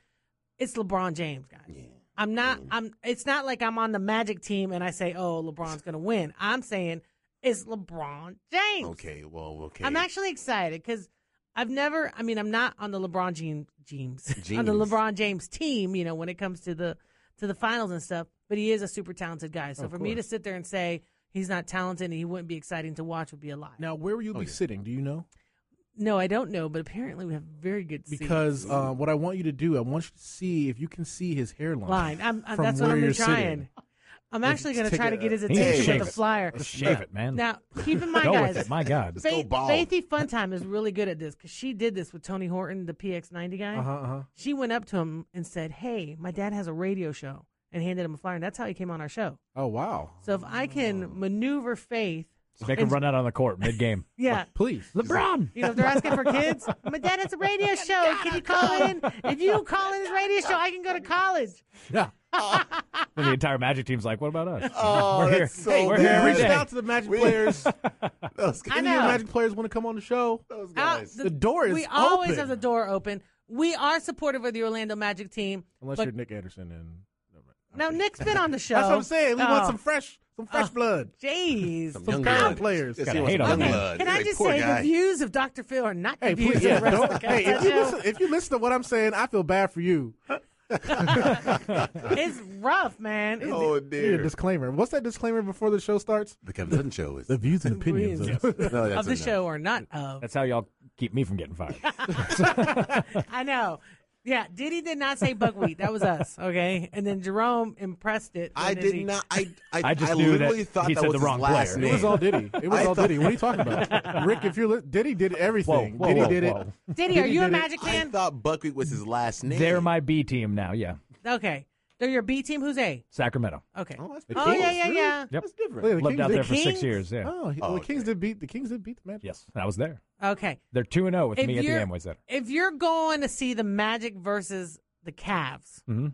[SPEAKER 2] it's LeBron James, guys. I'm not. I'm. It's not like I'm on the Magic team and I say, "Oh, LeBron's going to win." I'm saying it's LeBron James.
[SPEAKER 6] okay, well, okay.
[SPEAKER 2] I'm actually excited because I've never. I mean, I'm not on the LeBron James, James, (laughs) on the
[SPEAKER 6] James.
[SPEAKER 2] LeBron James team. You know, when it comes to the to the finals and stuff. But he is a super talented guy. So for me to sit there and say he's not talented and he wouldn't be exciting to watch would be a lie.
[SPEAKER 4] Now, where will you be sitting? Do you know?
[SPEAKER 2] No, I don't know. But apparently we have very good seats.
[SPEAKER 4] Because uh, what I want you to do, I want you to see if you can see his hairline.
[SPEAKER 2] line. I'm, I'm,
[SPEAKER 4] from
[SPEAKER 2] that's what
[SPEAKER 4] where
[SPEAKER 2] I'm
[SPEAKER 4] you're
[SPEAKER 2] trying.
[SPEAKER 4] sitting.
[SPEAKER 2] I'm actually going to
[SPEAKER 4] take
[SPEAKER 2] try to
[SPEAKER 4] a-
[SPEAKER 2] get his
[SPEAKER 4] He
[SPEAKER 3] needs to
[SPEAKER 2] attention
[SPEAKER 3] shave
[SPEAKER 2] with the
[SPEAKER 3] it.
[SPEAKER 2] flyer.
[SPEAKER 3] Shave it, man.
[SPEAKER 2] Now, keep in mind,
[SPEAKER 3] Go
[SPEAKER 2] guys.
[SPEAKER 3] with it.
[SPEAKER 2] (laughs)
[SPEAKER 3] My God.
[SPEAKER 6] Go
[SPEAKER 2] Faith,
[SPEAKER 6] ball.
[SPEAKER 2] Faithy Funtime is really good at this because she did this with Tony Horton, the PX90 guy.
[SPEAKER 4] Uh-huh, uh-huh.
[SPEAKER 2] She went up to him and said, "Hey, my dad has a radio show," and handed him a flyer, and that's how he came on our show.
[SPEAKER 4] Oh wow!
[SPEAKER 2] So if I
[SPEAKER 4] Oh.
[SPEAKER 2] can maneuver Faith,
[SPEAKER 3] Make him run out on the court mid game.
[SPEAKER 2] (laughs) yeah.
[SPEAKER 4] Please,
[SPEAKER 3] LeBron.
[SPEAKER 2] You know, if they're asking for kids, my dad has a radio
[SPEAKER 4] (laughs)
[SPEAKER 2] show. Can you call in? If you call in his radio show, I can go to college.
[SPEAKER 4] yeah.
[SPEAKER 3] And the entire Magic team's like, what about
[SPEAKER 4] (laughs)
[SPEAKER 3] us?
[SPEAKER 6] Oh,
[SPEAKER 3] we're here.
[SPEAKER 6] that's so
[SPEAKER 3] we're here
[SPEAKER 6] bad.
[SPEAKER 3] every
[SPEAKER 4] reached
[SPEAKER 3] day.
[SPEAKER 4] out to the
[SPEAKER 2] (laughs)
[SPEAKER 4] Magic players.
[SPEAKER 6] Those guys.
[SPEAKER 2] I
[SPEAKER 4] Any of
[SPEAKER 2] know.
[SPEAKER 4] the Magic players want to come on the show?
[SPEAKER 6] Those
[SPEAKER 2] Out-
[SPEAKER 6] guys.
[SPEAKER 4] The door is
[SPEAKER 2] We always
[SPEAKER 4] open.
[SPEAKER 2] have the door open. We are supportive of the Orlando Magic team.
[SPEAKER 4] Unless
[SPEAKER 2] but-
[SPEAKER 4] you're Nick Anderson, and (laughs)
[SPEAKER 2] Now Nick's been on the show.
[SPEAKER 4] that's what I'm saying. We
[SPEAKER 2] Oh.
[SPEAKER 4] want some fresh, Some fresh blood.
[SPEAKER 2] Jeez.
[SPEAKER 6] Some
[SPEAKER 4] Some
[SPEAKER 6] young
[SPEAKER 4] current
[SPEAKER 6] blood.
[SPEAKER 4] players.
[SPEAKER 6] Yes,
[SPEAKER 3] Gotta
[SPEAKER 6] he wants
[SPEAKER 3] hate
[SPEAKER 6] some
[SPEAKER 3] on
[SPEAKER 6] young
[SPEAKER 3] that.
[SPEAKER 6] blood.
[SPEAKER 2] Can
[SPEAKER 6] He's
[SPEAKER 2] I
[SPEAKER 6] a
[SPEAKER 2] just
[SPEAKER 6] poor
[SPEAKER 2] say
[SPEAKER 6] guy.
[SPEAKER 2] the views of Dr. Phil are not the
[SPEAKER 4] Hey,
[SPEAKER 2] views
[SPEAKER 4] please,
[SPEAKER 2] of
[SPEAKER 4] yeah,
[SPEAKER 2] the
[SPEAKER 4] don't,
[SPEAKER 2] rest
[SPEAKER 4] hey, if you
[SPEAKER 2] of
[SPEAKER 4] listen, if you listen to what I'm saying, I feel bad for you.
[SPEAKER 2] It's rough, man. It's- (laughs)
[SPEAKER 6] Oh
[SPEAKER 4] Need a
[SPEAKER 6] dear.
[SPEAKER 4] disclaimer. What's that disclaimer before the show starts?
[SPEAKER 6] The Kevin Sutton show is.
[SPEAKER 4] The views and opinions.
[SPEAKER 2] Yes.
[SPEAKER 4] (laughs) of-
[SPEAKER 6] No, that's
[SPEAKER 2] of the
[SPEAKER 6] enough.
[SPEAKER 2] show or not of.
[SPEAKER 3] That's how y'all keep me from getting
[SPEAKER 4] (laughs)
[SPEAKER 3] fired.
[SPEAKER 2] I know. Yeah, Diddy did not say buckwheat. That was us, okay? And then Jerome impressed it.
[SPEAKER 6] I
[SPEAKER 2] when
[SPEAKER 6] did
[SPEAKER 2] he-
[SPEAKER 6] not. I I,
[SPEAKER 3] I just knew
[SPEAKER 6] literally
[SPEAKER 3] that
[SPEAKER 6] thought
[SPEAKER 3] he
[SPEAKER 6] that
[SPEAKER 3] said
[SPEAKER 6] was
[SPEAKER 3] the wrong
[SPEAKER 6] his last
[SPEAKER 3] player.
[SPEAKER 6] name.
[SPEAKER 4] It was all Diddy. It was all Diddy. What are you
[SPEAKER 3] (laughs)
[SPEAKER 4] talking about, Rick? If you're li- Diddy, did
[SPEAKER 3] Whoa,
[SPEAKER 4] everything.
[SPEAKER 3] whoa,
[SPEAKER 4] Diddy
[SPEAKER 3] whoa,
[SPEAKER 4] did
[SPEAKER 3] whoa.
[SPEAKER 2] Diddy, are
[SPEAKER 4] Diddy
[SPEAKER 2] you a
[SPEAKER 4] did it.
[SPEAKER 2] Magic
[SPEAKER 6] I
[SPEAKER 2] fan?
[SPEAKER 6] thought Buckwheat was his last name.
[SPEAKER 3] They're my B team now. Yeah,
[SPEAKER 2] Okay. They're your B team? Who's A?
[SPEAKER 3] Sacramento.
[SPEAKER 2] Okay.
[SPEAKER 6] Oh, that's
[SPEAKER 2] Oh,
[SPEAKER 6] pretty
[SPEAKER 2] yeah,
[SPEAKER 6] cool.
[SPEAKER 2] yeah, yeah.
[SPEAKER 3] Yep.
[SPEAKER 6] That's different.
[SPEAKER 4] it. The
[SPEAKER 3] Lived
[SPEAKER 4] Kings
[SPEAKER 3] out
[SPEAKER 4] did-
[SPEAKER 3] there for six
[SPEAKER 2] Kings?
[SPEAKER 3] years. Yeah.
[SPEAKER 4] Oh, he-
[SPEAKER 6] Oh,
[SPEAKER 4] the Kings did beat the Kings did beat the Magic.
[SPEAKER 3] Yes, I was there.
[SPEAKER 2] Okay.
[SPEAKER 3] They're two and zero with
[SPEAKER 2] If
[SPEAKER 3] me at the
[SPEAKER 2] you're-
[SPEAKER 3] Amway Center.
[SPEAKER 2] If you're going to see the Magic versus the Cavs,
[SPEAKER 3] Mhm.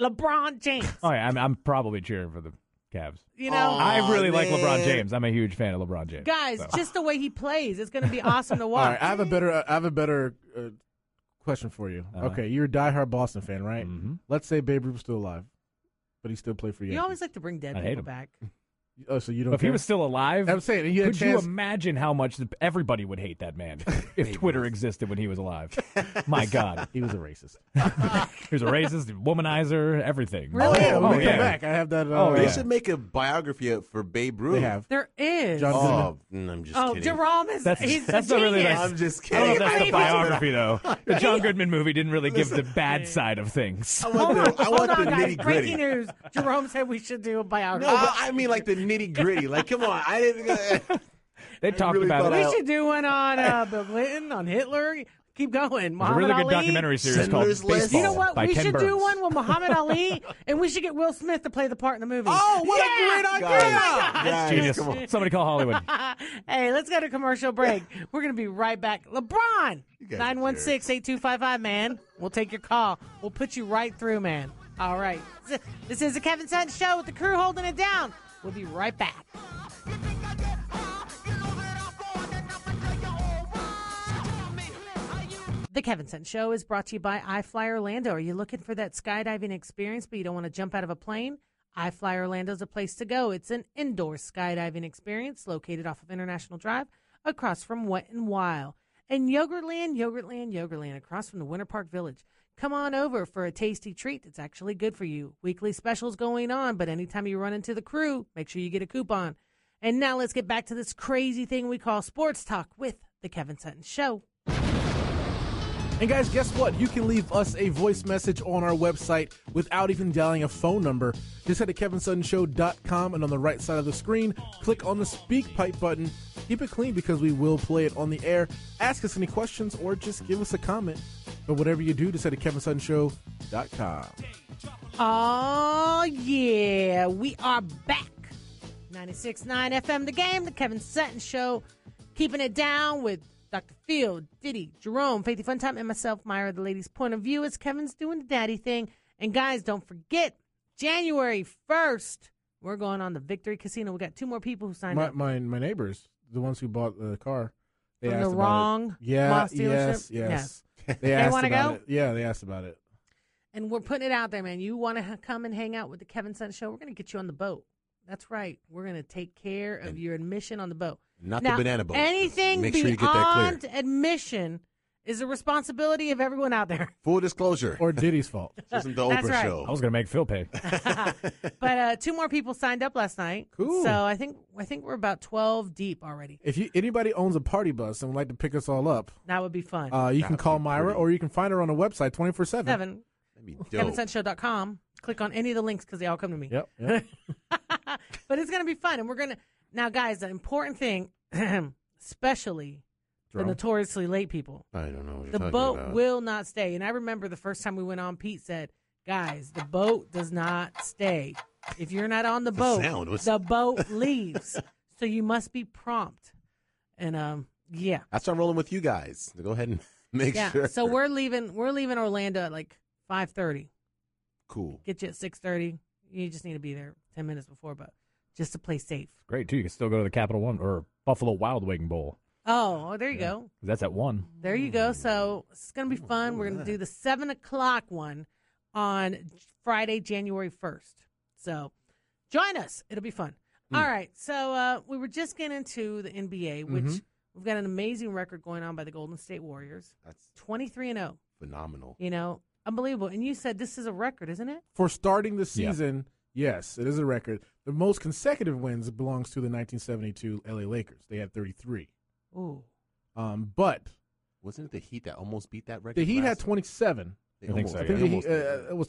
[SPEAKER 2] LeBron James,
[SPEAKER 3] Oh yeah, I'm, I'm probably cheering for the Cavs.
[SPEAKER 2] you know,
[SPEAKER 6] Aw,
[SPEAKER 3] Oh, I really like LeBron
[SPEAKER 6] man.
[SPEAKER 3] James. I'm a huge fan of LeBron James.
[SPEAKER 2] guys,
[SPEAKER 3] so.
[SPEAKER 2] just the way he plays, it's going to be awesome to
[SPEAKER 4] All
[SPEAKER 2] watch.
[SPEAKER 4] right, I have a better. I have a better uh, question for you.
[SPEAKER 3] Uh-huh.
[SPEAKER 4] Okay, you're a diehard Boston fan, right?
[SPEAKER 3] Mhm.
[SPEAKER 4] Let's say Babe Ruth was still alive, but he still played for you.
[SPEAKER 2] you always like to bring dead
[SPEAKER 3] I hate
[SPEAKER 2] people
[SPEAKER 3] him.
[SPEAKER 2] back.
[SPEAKER 4] Oh, so you don't.
[SPEAKER 3] But if he
[SPEAKER 4] care?
[SPEAKER 3] was still alive,
[SPEAKER 4] I'm saying he had a
[SPEAKER 3] could you
[SPEAKER 4] chance.
[SPEAKER 3] imagine how much the, everybody would hate that
[SPEAKER 4] (laughs)
[SPEAKER 3] man if Twitter existed when he was alive? My God,
[SPEAKER 4] he was a racist.
[SPEAKER 3] (laughs) he was a racist, womanizer, everything.
[SPEAKER 2] Really?
[SPEAKER 4] Oh, yeah,
[SPEAKER 2] Oh,
[SPEAKER 4] when we
[SPEAKER 3] yeah.
[SPEAKER 4] come back, I have that. Uh,
[SPEAKER 3] Oh,
[SPEAKER 6] They
[SPEAKER 3] yeah.
[SPEAKER 6] should make a biography up for Babe Ruth.
[SPEAKER 4] They have.
[SPEAKER 2] There is.
[SPEAKER 4] John-
[SPEAKER 6] Oh, mm, I'm just
[SPEAKER 2] oh,
[SPEAKER 6] kidding.
[SPEAKER 2] Jerome is.
[SPEAKER 3] That's-
[SPEAKER 2] he's
[SPEAKER 3] that's
[SPEAKER 2] a
[SPEAKER 3] not really
[SPEAKER 2] genius.
[SPEAKER 3] nice.
[SPEAKER 6] I'm just
[SPEAKER 3] I don't know if
[SPEAKER 6] kidding.
[SPEAKER 3] Oh, that's the
[SPEAKER 2] Hey, wait.
[SPEAKER 3] biography, though. The John Goodman movie didn't really give the bad side of things.
[SPEAKER 6] I want the, I
[SPEAKER 2] Hold
[SPEAKER 6] want the
[SPEAKER 2] on, guys.
[SPEAKER 6] nitty gritty.
[SPEAKER 2] Breaking news. Jerome said we should do a
[SPEAKER 6] No,
[SPEAKER 2] biography.
[SPEAKER 6] but I mean like the nitty gritty. Like, come on, I
[SPEAKER 2] (laughs)
[SPEAKER 6] (laughs) didn't.
[SPEAKER 3] They talked
[SPEAKER 6] really
[SPEAKER 3] about
[SPEAKER 6] thought
[SPEAKER 3] it.
[SPEAKER 6] I-
[SPEAKER 2] we should do one on uh, Bill Clinton, on Hitler. Keep going.
[SPEAKER 3] There's a
[SPEAKER 2] Muhammad
[SPEAKER 3] really good
[SPEAKER 2] Ali.
[SPEAKER 3] documentary series
[SPEAKER 6] Schindler's
[SPEAKER 3] called
[SPEAKER 6] List.
[SPEAKER 3] Baseball
[SPEAKER 2] You know what?
[SPEAKER 3] by
[SPEAKER 2] we
[SPEAKER 3] Ken
[SPEAKER 2] should
[SPEAKER 3] Burns.
[SPEAKER 2] do one with Muhammad Ali, and we should get Will Smith to play the part in the movie.
[SPEAKER 6] Oh, a great idea! Guys,
[SPEAKER 3] Genius.
[SPEAKER 6] come on.
[SPEAKER 3] Somebody call Hollywood.
[SPEAKER 2] hey, let's go to commercial break. We're going to be right back. LeBron,
[SPEAKER 6] guys are
[SPEAKER 2] 916 8255, man. We'll take your call. We'll put you right through, man. All right. This is the Kevin Sutton Show with the crew holding it down. We'll be right back. The Kevin Sutton Show is brought to you by iFly Orlando. Are you looking for that skydiving experience, but you don't want to jump out of a plane? iFly Orlando is a place to go. It's an indoor skydiving experience located off of International Drive across from Wet and Wild. And Yogurtland, Yogurtland, Yogurtland across from the Winter Park Village. Come on over for a tasty treat that's actually good for you. Weekly specials going on, but anytime you run into the crew, make sure you get a coupon. And now let's get back to this crazy thing we call sports talk with the Kevin Sutton Show.
[SPEAKER 4] And guys, guess what? You can leave us a voice message on our website without even dialing a phone number. Just head to kevinsuttonshow.com and on the right side of the screen, click on the speak pipe button. Keep it clean because we will play it on the air. Ask us any questions or just give us a comment. But whatever you do, just head to kevinsuttonshow.com.
[SPEAKER 2] Oh, yeah. We are back. 96.9 FM, The Game, The Kevin Sutton Show. Keeping it down with Dr. Phil, Diddy, Jerome, Faithy Funtime, and myself, Myra, the lady's point of view as Kevin's doing the daddy thing. And guys, don't forget, January 1st, we're going on the Victory Casino. We got two more people who signed
[SPEAKER 4] My,
[SPEAKER 2] up.
[SPEAKER 4] my my neighbors, the ones who bought the car, they
[SPEAKER 2] From the
[SPEAKER 4] asked about it.
[SPEAKER 2] wrong
[SPEAKER 4] Yeah,
[SPEAKER 2] Moss dealership?
[SPEAKER 4] yes, yes. They, asked
[SPEAKER 2] wanna
[SPEAKER 4] about
[SPEAKER 2] go?
[SPEAKER 4] it. Yeah, they asked about it.
[SPEAKER 2] And we're putting it out there, man. You want to ha- come and hang out with the Kevin Sutton Show? We're going to get you on the boat. That's right. We're going to take care of your admission on the boat.
[SPEAKER 6] Not
[SPEAKER 2] Now,
[SPEAKER 6] the banana boat.
[SPEAKER 2] Anything
[SPEAKER 6] Make
[SPEAKER 2] beyond
[SPEAKER 6] sure you get that clear.
[SPEAKER 2] admission is the responsibility of everyone out there. (laughs)
[SPEAKER 6] Full disclosure.
[SPEAKER 4] Or Diddy's fault.
[SPEAKER 6] this isn't the
[SPEAKER 2] That's
[SPEAKER 6] Oprah
[SPEAKER 2] right.
[SPEAKER 6] show.
[SPEAKER 3] I was going to make Phil pay.
[SPEAKER 2] But uh, two more people signed up last night.
[SPEAKER 4] Cool.
[SPEAKER 2] So I think I think we're about twelve deep already.
[SPEAKER 4] If you anybody owns a party bus and would like to pick us all up,
[SPEAKER 2] That would be fun.
[SPEAKER 4] uh, you can call Myra or you can find her on the website twenty four seven.
[SPEAKER 2] Seven.
[SPEAKER 6] That'd be dope.
[SPEAKER 2] KevinSunshow.com. Click on any of the links because they all come to me.
[SPEAKER 4] Yep. yep.
[SPEAKER 2] (laughs) But it's gonna be fun, and we're gonna now, guys. The important thing, (clears throat) especially the
[SPEAKER 4] Jerome.
[SPEAKER 2] notoriously late people.
[SPEAKER 6] I don't know what you're
[SPEAKER 2] the
[SPEAKER 6] talking
[SPEAKER 2] boat
[SPEAKER 6] about.
[SPEAKER 2] will not stay. And I remember the first time we went on, Pete said, "Guys, the boat does not stay. If you're not on the boat,
[SPEAKER 6] sound was-
[SPEAKER 2] the boat leaves. So you must be prompt." And um, yeah,
[SPEAKER 6] That's why I'm rolling with you guys. Go ahead and (laughs) make
[SPEAKER 2] yeah.
[SPEAKER 6] sure.
[SPEAKER 2] So we're leaving. We're leaving Orlando at like five thirty.
[SPEAKER 6] cool.
[SPEAKER 2] Get you at six thirty. You just need to be there ten minutes before, but just to play safe.
[SPEAKER 3] Great too. You can still go to the Capital One or Buffalo Wild Wing Bowl.
[SPEAKER 2] Oh, there you go.
[SPEAKER 3] That's at one.
[SPEAKER 2] There you go. So it's going to be fun. We're going to do the seven o'clock one on Friday, January 1st. So join us. It'll be fun. All right. So uh, we were just getting into the NBA, which we've got an amazing record going on by the Golden State Warriors
[SPEAKER 6] That's
[SPEAKER 2] 23 and 0.
[SPEAKER 6] phenomenal.
[SPEAKER 2] You know, unbelievable. And you said this is a record, isn't it?
[SPEAKER 4] For starting the
[SPEAKER 3] Yeah.
[SPEAKER 4] season, yes, it is a record. The most consecutive wins belongs to the 1972 LA Lakers. They had 33.
[SPEAKER 2] Ooh.
[SPEAKER 4] Um, but
[SPEAKER 6] Wasn't it the Heat that almost beat that record?
[SPEAKER 4] the Heat had
[SPEAKER 6] last-
[SPEAKER 4] 27.
[SPEAKER 6] They
[SPEAKER 3] I think
[SPEAKER 6] almost-
[SPEAKER 3] so,
[SPEAKER 6] I
[SPEAKER 3] yeah.
[SPEAKER 4] I think
[SPEAKER 6] they
[SPEAKER 4] the
[SPEAKER 6] almost
[SPEAKER 4] Heat,
[SPEAKER 6] beat that.
[SPEAKER 4] uh, it was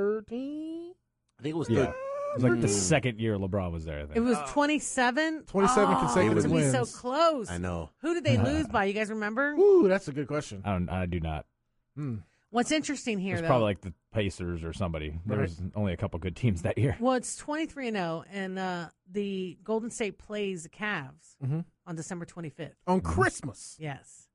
[SPEAKER 4] 2013.
[SPEAKER 6] I think it was
[SPEAKER 3] Yeah.
[SPEAKER 6] third.
[SPEAKER 3] It was like the
[SPEAKER 6] Mm.
[SPEAKER 3] second year LeBron was there. I think.
[SPEAKER 2] It was 27?
[SPEAKER 4] 27
[SPEAKER 2] oh,
[SPEAKER 4] consecutive
[SPEAKER 2] it was
[SPEAKER 4] wins.
[SPEAKER 2] so close.
[SPEAKER 6] I know.
[SPEAKER 2] Who did they lose by? You guys remember?
[SPEAKER 4] Ooh, that's a good question.
[SPEAKER 3] I don't. I do not.
[SPEAKER 4] Hmm.
[SPEAKER 2] What's interesting here,
[SPEAKER 3] It's
[SPEAKER 2] though.
[SPEAKER 3] probably like the Pacers or somebody. There
[SPEAKER 4] Right.
[SPEAKER 3] was only a couple good teams that year.
[SPEAKER 2] well, it's 23 and 0, and uh, the Golden State plays the Cavs
[SPEAKER 4] Mhm.
[SPEAKER 2] on December 25th.
[SPEAKER 4] On Christmas.
[SPEAKER 2] Yes.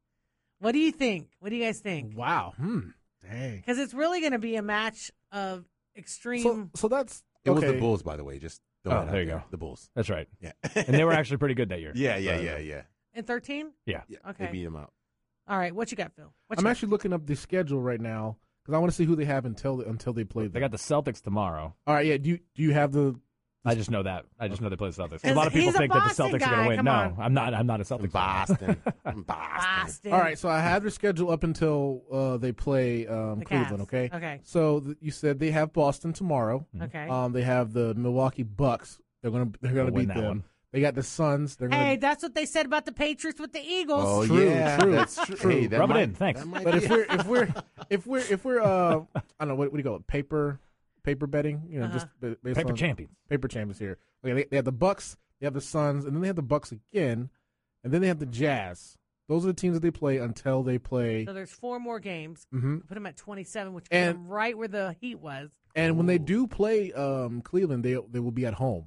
[SPEAKER 2] What do you think? What do you guys think?
[SPEAKER 4] Wow. Hmm. Dang.
[SPEAKER 2] Because it's really going to be a match of extreme.
[SPEAKER 4] So, so that's
[SPEAKER 6] It was the
[SPEAKER 4] okay.
[SPEAKER 6] Bulls, by the way. Just throw
[SPEAKER 3] Oh,
[SPEAKER 6] that out
[SPEAKER 3] there you go.
[SPEAKER 6] The Bulls.
[SPEAKER 3] That's right.
[SPEAKER 6] Yeah.
[SPEAKER 3] And
[SPEAKER 6] (laughs)
[SPEAKER 3] they were actually pretty good that year.
[SPEAKER 6] yeah, yeah,
[SPEAKER 3] So-
[SPEAKER 6] yeah, yeah,
[SPEAKER 2] in 13?
[SPEAKER 3] Yeah.
[SPEAKER 6] yeah.
[SPEAKER 2] Okay.
[SPEAKER 6] They beat him out.
[SPEAKER 2] All right. What you got, Phil? What you
[SPEAKER 4] I'm
[SPEAKER 2] got?
[SPEAKER 4] actually looking up the schedule right now because I want to see who they have until until they play.
[SPEAKER 3] They
[SPEAKER 4] them.
[SPEAKER 3] got the Celtics tomorrow.
[SPEAKER 4] All right. Yeah. Do you, do you have the?
[SPEAKER 3] I just know that. I just know they play the
[SPEAKER 2] Is-
[SPEAKER 3] Celtics. A lot of people
[SPEAKER 2] he's a
[SPEAKER 3] think that the
[SPEAKER 2] Boston
[SPEAKER 3] Celtics are going
[SPEAKER 2] guy,
[SPEAKER 3] to win.
[SPEAKER 2] come
[SPEAKER 3] No,
[SPEAKER 2] on.
[SPEAKER 3] I'm not. I'm not a Celtics. fan.
[SPEAKER 6] From Boston.
[SPEAKER 3] (laughs)
[SPEAKER 6] From Boston.
[SPEAKER 2] Boston.
[SPEAKER 4] All right. So I have their schedule up until uh, they play um,
[SPEAKER 2] The
[SPEAKER 4] Cleveland.
[SPEAKER 2] Cavs.
[SPEAKER 4] Okay.
[SPEAKER 2] Okay.
[SPEAKER 4] So th- you said they have Boston tomorrow.
[SPEAKER 3] Mm-hmm.
[SPEAKER 2] Okay.
[SPEAKER 4] Um, they have the Milwaukee Bucks. They're gonna they're gonna
[SPEAKER 3] They'll win
[SPEAKER 4] beat
[SPEAKER 3] that
[SPEAKER 4] them.
[SPEAKER 3] one.
[SPEAKER 4] They got the Suns. They're gonna.
[SPEAKER 2] hey, that's what they said about the Patriots with the Eagles.
[SPEAKER 6] Oh,
[SPEAKER 4] True,
[SPEAKER 6] yeah.
[SPEAKER 4] true,
[SPEAKER 6] That's true.
[SPEAKER 4] true.
[SPEAKER 6] Hey, that
[SPEAKER 3] Rub it
[SPEAKER 6] might-
[SPEAKER 3] in. Thanks.
[SPEAKER 6] that might
[SPEAKER 4] but
[SPEAKER 6] be
[SPEAKER 4] if we're
[SPEAKER 6] it.
[SPEAKER 2] (laughs)
[SPEAKER 4] if we're if we're if we're uh I don't know what, what do you call it paper paper betting you know just
[SPEAKER 2] Uh-huh.
[SPEAKER 4] ba- based
[SPEAKER 3] Paper
[SPEAKER 4] on-
[SPEAKER 3] champions.
[SPEAKER 4] paper champions here. Okay, they, they have the Bucks, they have the Suns, and then they have the Bucks again, and then they have the Jazz. Those are the teams that they play until they play.
[SPEAKER 2] So there's four more games.
[SPEAKER 4] hmm
[SPEAKER 2] Put them at 27, which put
[SPEAKER 4] And-
[SPEAKER 2] them right where the Heat was.
[SPEAKER 4] And when they
[SPEAKER 6] Ooh.
[SPEAKER 4] do play um, Cleveland, they they will be at home.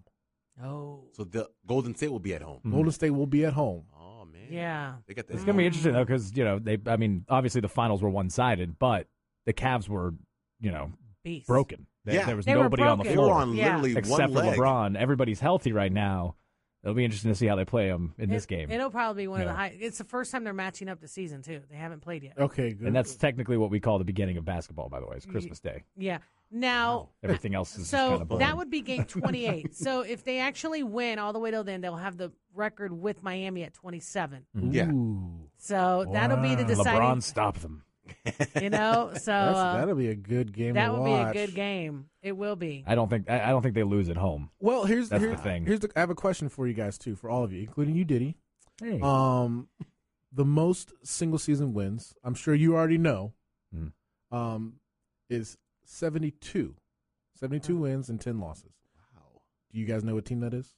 [SPEAKER 2] Oh.
[SPEAKER 6] (laughs) So the Golden State will be at home.
[SPEAKER 3] Mhm.
[SPEAKER 4] Golden State will be at home.
[SPEAKER 6] Oh man.
[SPEAKER 2] Yeah.
[SPEAKER 6] They got that.
[SPEAKER 3] It's going to be interesting though, because you know they. I mean, obviously the finals were one sided, but the Cavs were, you know,
[SPEAKER 2] Beast.
[SPEAKER 3] broken. There,
[SPEAKER 6] Yeah.
[SPEAKER 3] there was
[SPEAKER 2] They were
[SPEAKER 3] nobody on the
[SPEAKER 2] broken.
[SPEAKER 6] They
[SPEAKER 3] floor
[SPEAKER 6] were on
[SPEAKER 2] Yeah.
[SPEAKER 6] literally
[SPEAKER 3] except
[SPEAKER 6] one
[SPEAKER 3] for
[SPEAKER 6] leg.
[SPEAKER 3] LeBron. Everybody's healthy right now. It'll be interesting to see how they play them in this
[SPEAKER 2] It-
[SPEAKER 3] game,
[SPEAKER 2] It'll probably be one of the
[SPEAKER 3] Yeah.
[SPEAKER 2] high. It's the first time they're matching up the season, too. They haven't played yet.
[SPEAKER 4] Okay, good.
[SPEAKER 3] and that's technically what we call the beginning of basketball. By the way, it's Christmas Day.
[SPEAKER 2] Yeah. Now.
[SPEAKER 3] Everything else is just kind
[SPEAKER 2] So
[SPEAKER 3] of boring.
[SPEAKER 2] that would be game 28. so if they actually win all the way till then, they'll have the record with Miami at 27.
[SPEAKER 6] Yeah.
[SPEAKER 4] Ooh.
[SPEAKER 2] So that'll be the
[SPEAKER 4] Wow.
[SPEAKER 2] deciding,
[SPEAKER 3] Uh, LeBron stopped them.
[SPEAKER 2] (laughs) you know. So
[SPEAKER 4] That's,
[SPEAKER 2] uh,
[SPEAKER 4] that'll be a good game.
[SPEAKER 2] that
[SPEAKER 4] to
[SPEAKER 2] would be a
[SPEAKER 4] watch.
[SPEAKER 2] good game. It will be.
[SPEAKER 3] I don't think. I, I don't think they lose at home.
[SPEAKER 4] Well, here's
[SPEAKER 3] That's
[SPEAKER 4] here's
[SPEAKER 3] the thing.
[SPEAKER 4] Here's the, I have a question for you guys too, for all of you, including you, Diddy.
[SPEAKER 3] Hey.
[SPEAKER 4] Um, the most single season wins, I'm sure you already know,
[SPEAKER 3] Mhm.
[SPEAKER 4] um, is 72. 72 wins and 10 losses.
[SPEAKER 6] Wow.
[SPEAKER 4] Do you guys know what team that is?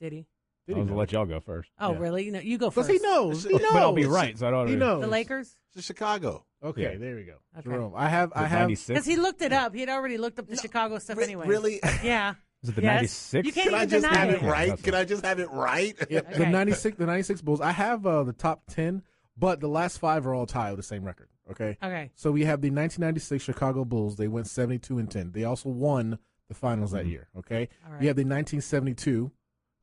[SPEAKER 2] Did he?
[SPEAKER 3] I was gonna let y'all go first.
[SPEAKER 2] Oh,
[SPEAKER 4] Yeah.
[SPEAKER 2] really? You know, you go
[SPEAKER 4] Because
[SPEAKER 2] first.
[SPEAKER 4] he knows. He knows.
[SPEAKER 3] But I'll be right, so I don't.
[SPEAKER 4] He knows.
[SPEAKER 2] The Lakers,
[SPEAKER 6] It's Chicago.
[SPEAKER 4] Okay,
[SPEAKER 3] Yeah.
[SPEAKER 4] there we go.
[SPEAKER 2] Okay.
[SPEAKER 4] Jerome. I have. I
[SPEAKER 3] I
[SPEAKER 4] have.
[SPEAKER 3] ninety six.
[SPEAKER 2] because he looked it up. He had already looked up the Chicago stuff
[SPEAKER 6] Re-
[SPEAKER 2] anyway.
[SPEAKER 6] Really?
[SPEAKER 2] (laughs) Yeah.
[SPEAKER 3] Is it the
[SPEAKER 2] Yes.
[SPEAKER 3] ninety six?
[SPEAKER 2] You can't
[SPEAKER 6] Can I
[SPEAKER 2] even
[SPEAKER 6] just
[SPEAKER 2] deny
[SPEAKER 6] have
[SPEAKER 2] it.
[SPEAKER 6] it right?
[SPEAKER 3] That's
[SPEAKER 6] Can
[SPEAKER 3] all.
[SPEAKER 6] I just have it right?
[SPEAKER 4] Yeah, The
[SPEAKER 2] Okay.
[SPEAKER 4] 96 the 96 Bulls. I have uh, the top 10, but the last five are all tied with the same record. Okay.
[SPEAKER 2] Okay.
[SPEAKER 4] So we have the 1996 Chicago Bulls. They went 72 and 10. They also won the finals
[SPEAKER 3] Mm-hmm.
[SPEAKER 4] that year. Okay.
[SPEAKER 2] All
[SPEAKER 4] You
[SPEAKER 2] right.
[SPEAKER 4] have the 1972,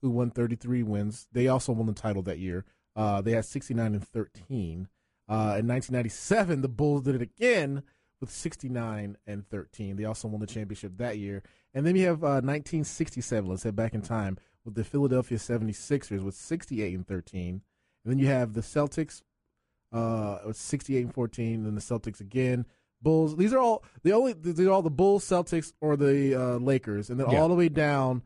[SPEAKER 4] who won 33 wins. They also won the title that year. Uh, they had 69 and 13. Uh, in 1997, the Bulls did it again with 69 and 13. They also won the championship that year. And then you have uh, 1967. Let's head back in time with the Philadelphia 76ers with 68 and 13. And then you have the Celtics uh, with 68 and 14. Then the Celtics again. Bulls. These are all the only. These are all the Bulls, Celtics, or the uh, Lakers, and then
[SPEAKER 3] Yeah.
[SPEAKER 4] all the way down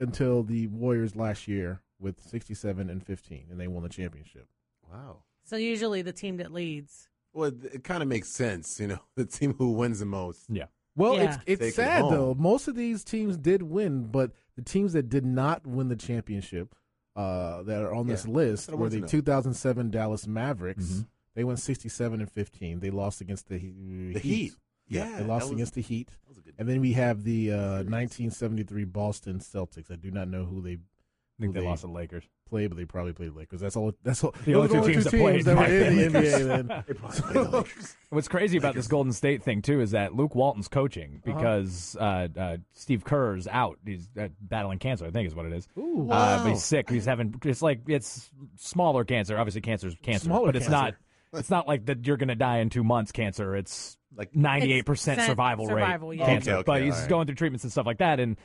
[SPEAKER 4] until the Warriors last year with 67 and 15, and they won the championship.
[SPEAKER 6] Wow.
[SPEAKER 2] So usually the team that leads.
[SPEAKER 6] Well, it- it kind of makes sense, you know, (laughs) the team who wins the most.
[SPEAKER 3] Yeah.
[SPEAKER 4] Well,
[SPEAKER 2] Yeah.
[SPEAKER 4] it's
[SPEAKER 6] Take
[SPEAKER 4] it's
[SPEAKER 6] it
[SPEAKER 4] sad
[SPEAKER 6] home.
[SPEAKER 4] though. Most of these teams did win, but the teams that did not win the championship uh, that are on this
[SPEAKER 6] Yeah,
[SPEAKER 4] list
[SPEAKER 6] that's what I
[SPEAKER 4] were
[SPEAKER 6] wanted to
[SPEAKER 4] the
[SPEAKER 6] know. Mm-hmm.
[SPEAKER 4] 2007 Dallas Mavericks.
[SPEAKER 3] Mhm.
[SPEAKER 4] They went 67 and 15. They lost against the,
[SPEAKER 6] The Heat. Yeah.
[SPEAKER 4] They lost
[SPEAKER 6] that was-
[SPEAKER 4] against the Heat.
[SPEAKER 6] that was a good-
[SPEAKER 4] And then we have the uh, 1973 Boston Celtics. I do not know who they
[SPEAKER 3] I think
[SPEAKER 4] who
[SPEAKER 3] they lost to the Lakers.
[SPEAKER 4] play, but they probably played Lakers. That's all. That's all.
[SPEAKER 3] The
[SPEAKER 4] those
[SPEAKER 3] only two
[SPEAKER 4] are
[SPEAKER 3] teams that played
[SPEAKER 4] that were
[SPEAKER 3] back
[SPEAKER 4] in the
[SPEAKER 3] then. (laughs)
[SPEAKER 4] NBA. Then.
[SPEAKER 6] They probably
[SPEAKER 4] (laughs)
[SPEAKER 6] played the Lakers.
[SPEAKER 3] What's crazy about this Golden State thing too is that Luke Walton's coaching
[SPEAKER 6] Uh-huh.
[SPEAKER 3] because uh, uh, Steve Kerr's out. He's uh, battling cancer, I think is what it is.
[SPEAKER 4] Ooh.
[SPEAKER 3] Uh, but
[SPEAKER 6] Wow.
[SPEAKER 3] he's sick. He's having it's like it's smaller cancer. Obviously, cancer's cancer,
[SPEAKER 4] Smaller
[SPEAKER 3] but it's
[SPEAKER 4] cancer.
[SPEAKER 3] not. It's not like that. You're going to die in two months. Cancer. It's
[SPEAKER 6] Like
[SPEAKER 3] ninety eight percent
[SPEAKER 2] It's
[SPEAKER 3] survival rate.
[SPEAKER 2] survival, yeah.
[SPEAKER 3] Cancer.
[SPEAKER 6] Okay, okay,
[SPEAKER 3] but he's
[SPEAKER 6] all right.
[SPEAKER 3] going through treatments and stuff like that, and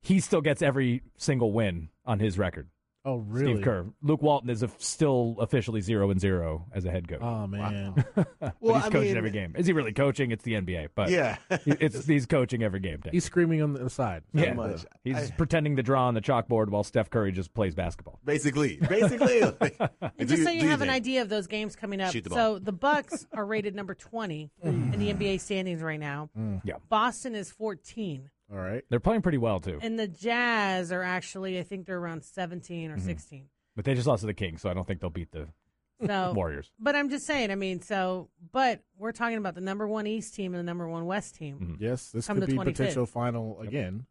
[SPEAKER 3] he still gets every single win on his record.
[SPEAKER 4] Oh, really?
[SPEAKER 3] Steve Kerr. Luke Walton is a, still officially zero and zero as a head coach.
[SPEAKER 4] Oh man.
[SPEAKER 3] but
[SPEAKER 6] Well,
[SPEAKER 3] he's
[SPEAKER 6] I
[SPEAKER 3] coaching
[SPEAKER 6] mean-
[SPEAKER 3] every game. Is he really coaching? It's the NBA, but
[SPEAKER 6] Yeah. (laughs)
[SPEAKER 3] he- it's he's coaching every game. Dan.
[SPEAKER 4] He's screaming on the side.
[SPEAKER 3] yeah,
[SPEAKER 6] much.
[SPEAKER 3] he's pretending to draw on the chalkboard while Steph Curry just plays basketball.
[SPEAKER 6] Basically,
[SPEAKER 4] (laughs)
[SPEAKER 6] basically. like, (laughs) do
[SPEAKER 2] Just so
[SPEAKER 6] do
[SPEAKER 2] you have an
[SPEAKER 6] thing.
[SPEAKER 2] idea of those games coming up.
[SPEAKER 6] Shoot the
[SPEAKER 2] so the Bucks (laughs) are rated number 20 in the NBA standings right now.
[SPEAKER 3] Yeah.
[SPEAKER 2] Boston is 14,
[SPEAKER 4] All right.
[SPEAKER 3] They're playing pretty well too,
[SPEAKER 2] and the Jazz are actually I think they're around 17 or 16.
[SPEAKER 3] but they just lost to the Kings, so I don't think they'll beat the (laughs)
[SPEAKER 2] So
[SPEAKER 3] Warriors.
[SPEAKER 2] But I'm just saying, I mean, so but we're talking about the number 1 East team and the number 1 West team.
[SPEAKER 4] Yes, this
[SPEAKER 2] Come
[SPEAKER 4] could
[SPEAKER 2] the
[SPEAKER 4] be
[SPEAKER 2] 25th.
[SPEAKER 4] potential final again.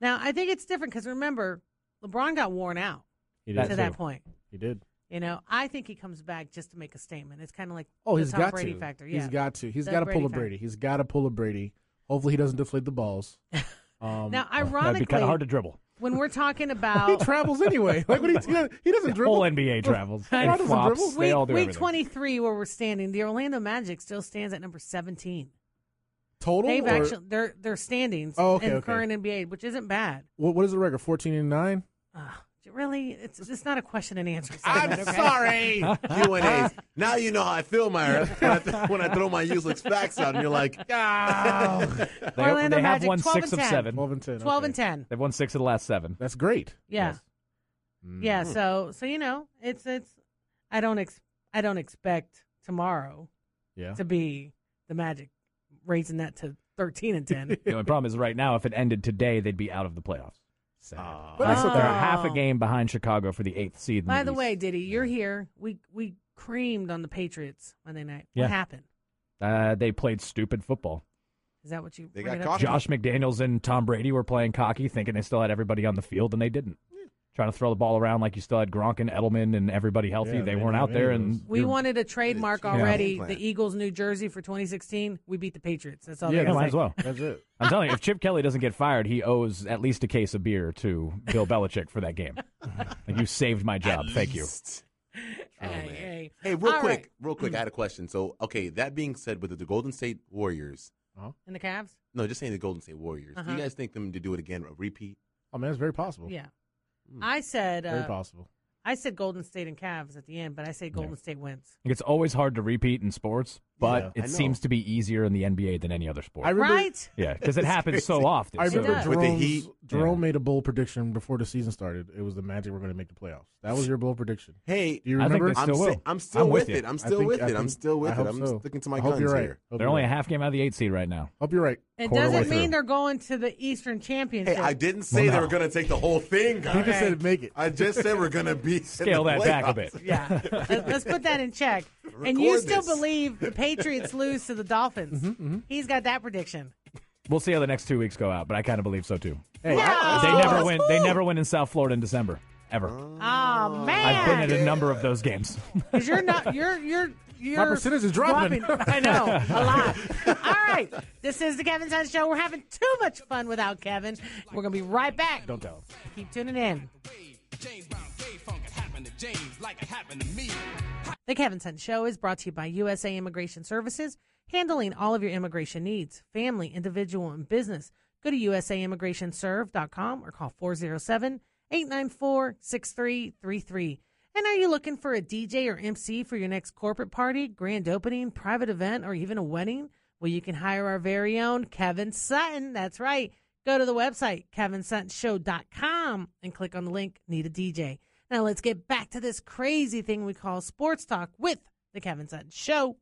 [SPEAKER 2] Now, I think it's different cuz remember, LeBron got worn out
[SPEAKER 4] He
[SPEAKER 3] That
[SPEAKER 4] did.
[SPEAKER 2] to
[SPEAKER 3] too.
[SPEAKER 2] that point.
[SPEAKER 4] He did.
[SPEAKER 2] You know, I think he comes back just to make a statement. It's kind of like
[SPEAKER 4] Oh,
[SPEAKER 2] the
[SPEAKER 4] he's
[SPEAKER 2] Tom
[SPEAKER 4] got
[SPEAKER 2] Brady
[SPEAKER 4] to.
[SPEAKER 2] factor. Yeah.
[SPEAKER 4] He's got to. He's
[SPEAKER 2] The
[SPEAKER 4] got to pull
[SPEAKER 2] Brady
[SPEAKER 4] a
[SPEAKER 2] factor.
[SPEAKER 4] Brady. He's got to pull a Brady. Hopefully, he doesn't deflate
[SPEAKER 2] (laughs)
[SPEAKER 4] the balls.
[SPEAKER 2] now,
[SPEAKER 4] Um,
[SPEAKER 3] That'd be
[SPEAKER 2] ironically,
[SPEAKER 3] kind of hard to dribble.
[SPEAKER 2] when we're talking
[SPEAKER 4] he
[SPEAKER 2] about
[SPEAKER 4] travels anyway. Like
[SPEAKER 3] (laughs)
[SPEAKER 4] what he, he doesn't- he doesn't dribble.
[SPEAKER 3] Whole NBA travels.
[SPEAKER 4] I
[SPEAKER 3] and
[SPEAKER 4] doesn't
[SPEAKER 3] flops.
[SPEAKER 4] dribble.
[SPEAKER 3] They
[SPEAKER 2] week,
[SPEAKER 3] all do
[SPEAKER 2] week
[SPEAKER 3] everything.
[SPEAKER 2] 23 where we're standing, the Orlando Magic still stands at number 17.
[SPEAKER 4] total.
[SPEAKER 2] They've
[SPEAKER 4] or-
[SPEAKER 2] actually their their standings
[SPEAKER 4] Oh, okay,
[SPEAKER 2] in
[SPEAKER 4] okay.
[SPEAKER 2] current NBA, which isn't bad.
[SPEAKER 4] what, what is the record? Fourteen and nine.
[SPEAKER 2] Ugh, really, it's it's not a question and answer. segment,
[SPEAKER 6] I'm
[SPEAKER 2] okay?
[SPEAKER 4] (laughs)
[SPEAKER 6] sorry. Q and A's. Now you know how I feel, Myra. When I, th- when I throw my useless facts out, and
[SPEAKER 4] (laughs)
[SPEAKER 6] you're like,
[SPEAKER 3] They,
[SPEAKER 2] Orlando
[SPEAKER 3] they have
[SPEAKER 2] Magic,
[SPEAKER 3] won
[SPEAKER 2] 12 and
[SPEAKER 3] six of
[SPEAKER 2] 10.
[SPEAKER 3] seven.
[SPEAKER 4] Twelve and ten.
[SPEAKER 2] 12
[SPEAKER 4] okay.
[SPEAKER 2] and 10.
[SPEAKER 3] They've won six of the last seven.
[SPEAKER 4] That's great.
[SPEAKER 2] Yeah.
[SPEAKER 3] Yes. Mm-hmm.
[SPEAKER 2] Yeah, so so you know, it's it's I don't ex- I don't expect tomorrow
[SPEAKER 4] Yeah.
[SPEAKER 2] to be the Magic raising that to 13 and
[SPEAKER 3] (laughs)
[SPEAKER 2] 10.
[SPEAKER 3] The only problem is right now, if it ended today, they'd be out of the playoffs. Sad.
[SPEAKER 6] "Ah,
[SPEAKER 4] But that's
[SPEAKER 3] They're
[SPEAKER 4] okay.
[SPEAKER 3] half a game behind Chicago for the eighth seed. in
[SPEAKER 2] Oh. By the
[SPEAKER 3] East.
[SPEAKER 2] way, Diddy, you're here. We we creamed on the Patriots Monday night.
[SPEAKER 3] Yeah.
[SPEAKER 2] What happened?
[SPEAKER 3] uh, they played stupid football.
[SPEAKER 2] Is that what you
[SPEAKER 6] They
[SPEAKER 2] bring it
[SPEAKER 6] got
[SPEAKER 2] up
[SPEAKER 6] caught.
[SPEAKER 2] to?
[SPEAKER 3] Josh McDaniels and Tom Brady were playing cocky, thinking they still had everybody on the field, and they didn't. Trying to throw the ball around like you still had Gronk and Edelman and everybody healthy.
[SPEAKER 4] Yeah,
[SPEAKER 3] they
[SPEAKER 4] they
[SPEAKER 3] weren't
[SPEAKER 4] didn't
[SPEAKER 3] out
[SPEAKER 4] have any
[SPEAKER 3] there,
[SPEAKER 4] of
[SPEAKER 3] and
[SPEAKER 4] those.
[SPEAKER 2] We wanted a trademark
[SPEAKER 6] Yeah.
[SPEAKER 2] already.
[SPEAKER 6] Game plan.
[SPEAKER 2] The Eagles New Jersey for 2016. We beat the Patriots. That's all.
[SPEAKER 4] Yeah,
[SPEAKER 2] they
[SPEAKER 3] yeah,
[SPEAKER 2] got
[SPEAKER 3] might
[SPEAKER 2] to
[SPEAKER 3] as
[SPEAKER 2] say.
[SPEAKER 3] well.
[SPEAKER 4] That's it.
[SPEAKER 3] I'm telling you, if Chip Kelly doesn't get fired, he owes at least a case of beer to Bill Belichick for that
[SPEAKER 6] (laughs)
[SPEAKER 3] game. Like, you saved my job. Thank you.
[SPEAKER 6] Oh,
[SPEAKER 2] Hey, hey.
[SPEAKER 6] Hey, real
[SPEAKER 2] All
[SPEAKER 6] quick,
[SPEAKER 2] right.
[SPEAKER 6] real quick, I had a question. So, okay, that being said, with the Golden State Warriors,
[SPEAKER 2] And the Cavs?
[SPEAKER 6] no, just saying the Golden State Warriors. Do
[SPEAKER 2] Uh-huh.
[SPEAKER 6] you guys think them to do it again, a repeat?
[SPEAKER 4] Oh man, it's very possible.
[SPEAKER 2] Yeah.
[SPEAKER 3] Hmm.
[SPEAKER 2] I said
[SPEAKER 4] Very
[SPEAKER 2] uh,
[SPEAKER 4] possible.
[SPEAKER 2] I said Golden State and Cavs at the end, but I say Golden State wins.
[SPEAKER 3] It's always hard to repeat in sports, but
[SPEAKER 6] Yeah, I
[SPEAKER 3] it
[SPEAKER 6] know.
[SPEAKER 3] seems to be easier in the NBA than any other sport.
[SPEAKER 4] I remember.
[SPEAKER 2] Right?
[SPEAKER 3] yeah,
[SPEAKER 6] (laughs)
[SPEAKER 3] because it happens so
[SPEAKER 6] crazy.
[SPEAKER 3] often.
[SPEAKER 4] I
[SPEAKER 3] so-
[SPEAKER 4] remember
[SPEAKER 2] does.
[SPEAKER 6] With the
[SPEAKER 4] Jerome's-
[SPEAKER 6] Heat.
[SPEAKER 4] Jerome
[SPEAKER 3] Yeah.
[SPEAKER 4] made a bold prediction before the season started. It was the Magic were going to make the playoffs. That was your bold prediction.
[SPEAKER 6] Hey,
[SPEAKER 4] Do you
[SPEAKER 3] I think
[SPEAKER 4] remember?
[SPEAKER 3] they
[SPEAKER 6] I'm,
[SPEAKER 3] still
[SPEAKER 6] sti-
[SPEAKER 3] will.
[SPEAKER 6] I'm still
[SPEAKER 3] I'm with
[SPEAKER 6] with,
[SPEAKER 3] you.
[SPEAKER 6] it. I'm
[SPEAKER 4] I
[SPEAKER 6] still
[SPEAKER 4] think-
[SPEAKER 6] with
[SPEAKER 4] I
[SPEAKER 6] it. I'm
[SPEAKER 4] think-
[SPEAKER 6] still with
[SPEAKER 4] I
[SPEAKER 6] it.
[SPEAKER 4] hope
[SPEAKER 6] I'm
[SPEAKER 4] so.
[SPEAKER 6] sticking to my
[SPEAKER 4] I hope
[SPEAKER 6] guns
[SPEAKER 4] you're right.
[SPEAKER 6] here.
[SPEAKER 4] Hope
[SPEAKER 3] They're
[SPEAKER 4] you're
[SPEAKER 3] only a
[SPEAKER 4] right.
[SPEAKER 3] half game out of the eight seed right now.
[SPEAKER 4] Hope you're right.
[SPEAKER 2] It
[SPEAKER 3] Quarter way
[SPEAKER 2] doesn't mean
[SPEAKER 3] through.
[SPEAKER 2] they're going to the Eastern Championship.
[SPEAKER 6] Hey, I didn't say
[SPEAKER 3] Well,
[SPEAKER 6] they
[SPEAKER 3] no.
[SPEAKER 6] were going to take the whole
[SPEAKER 3] (laughs)
[SPEAKER 6] thing,
[SPEAKER 4] He
[SPEAKER 6] guys.
[SPEAKER 4] just said make it.
[SPEAKER 6] I just said we're going to be in
[SPEAKER 3] Scale
[SPEAKER 6] the
[SPEAKER 3] that back a
[SPEAKER 6] playoffs. (laughs)
[SPEAKER 3] bit.
[SPEAKER 2] Yeah. Let- Let's put that in check. and you
[SPEAKER 6] Record
[SPEAKER 2] still
[SPEAKER 6] this.
[SPEAKER 2] believe the Patriots lose to the Dolphins.
[SPEAKER 3] Mm-hmm,
[SPEAKER 2] He's got that prediction.
[SPEAKER 3] We'll see how the next two weeks go out, but I kind of believe so too. They
[SPEAKER 4] Hey,
[SPEAKER 2] Oh,
[SPEAKER 3] never
[SPEAKER 2] that's
[SPEAKER 3] win. They never win in South Florida in December ever.
[SPEAKER 2] Oh,
[SPEAKER 3] I've been at
[SPEAKER 2] man.
[SPEAKER 3] a number of those
[SPEAKER 6] (laughs)
[SPEAKER 3] games.
[SPEAKER 2] Because you're not, you're, you're, you're.
[SPEAKER 4] My percentage is dropping.
[SPEAKER 2] (laughs) I know, a lot. All right. This is the Kevin Sun Show. We're having too much fun without Kevin. We're going to be right back.
[SPEAKER 3] (laughs) Don't tell.
[SPEAKER 2] Keep tuning in.
[SPEAKER 7] James Brown, Dave Funk, it happened to James like it happened to me.
[SPEAKER 2] The Kevin Sun Show is brought to you by USA Immigration Services, handling all of your immigration needs, family, individual, and business. Go to usaimmigrationserve.com or call 407 894 6333. And are you looking for a DJ or MC for your next corporate party, grand opening, private event, or even a wedding? Well, you can hire our very own Kevin Sutton. That's right. Go to the website, kevinsuttonshow.com, and click on the link, Need a DJ. Now let's get back to this crazy thing we call sports talk with the Kevin Sutton Show.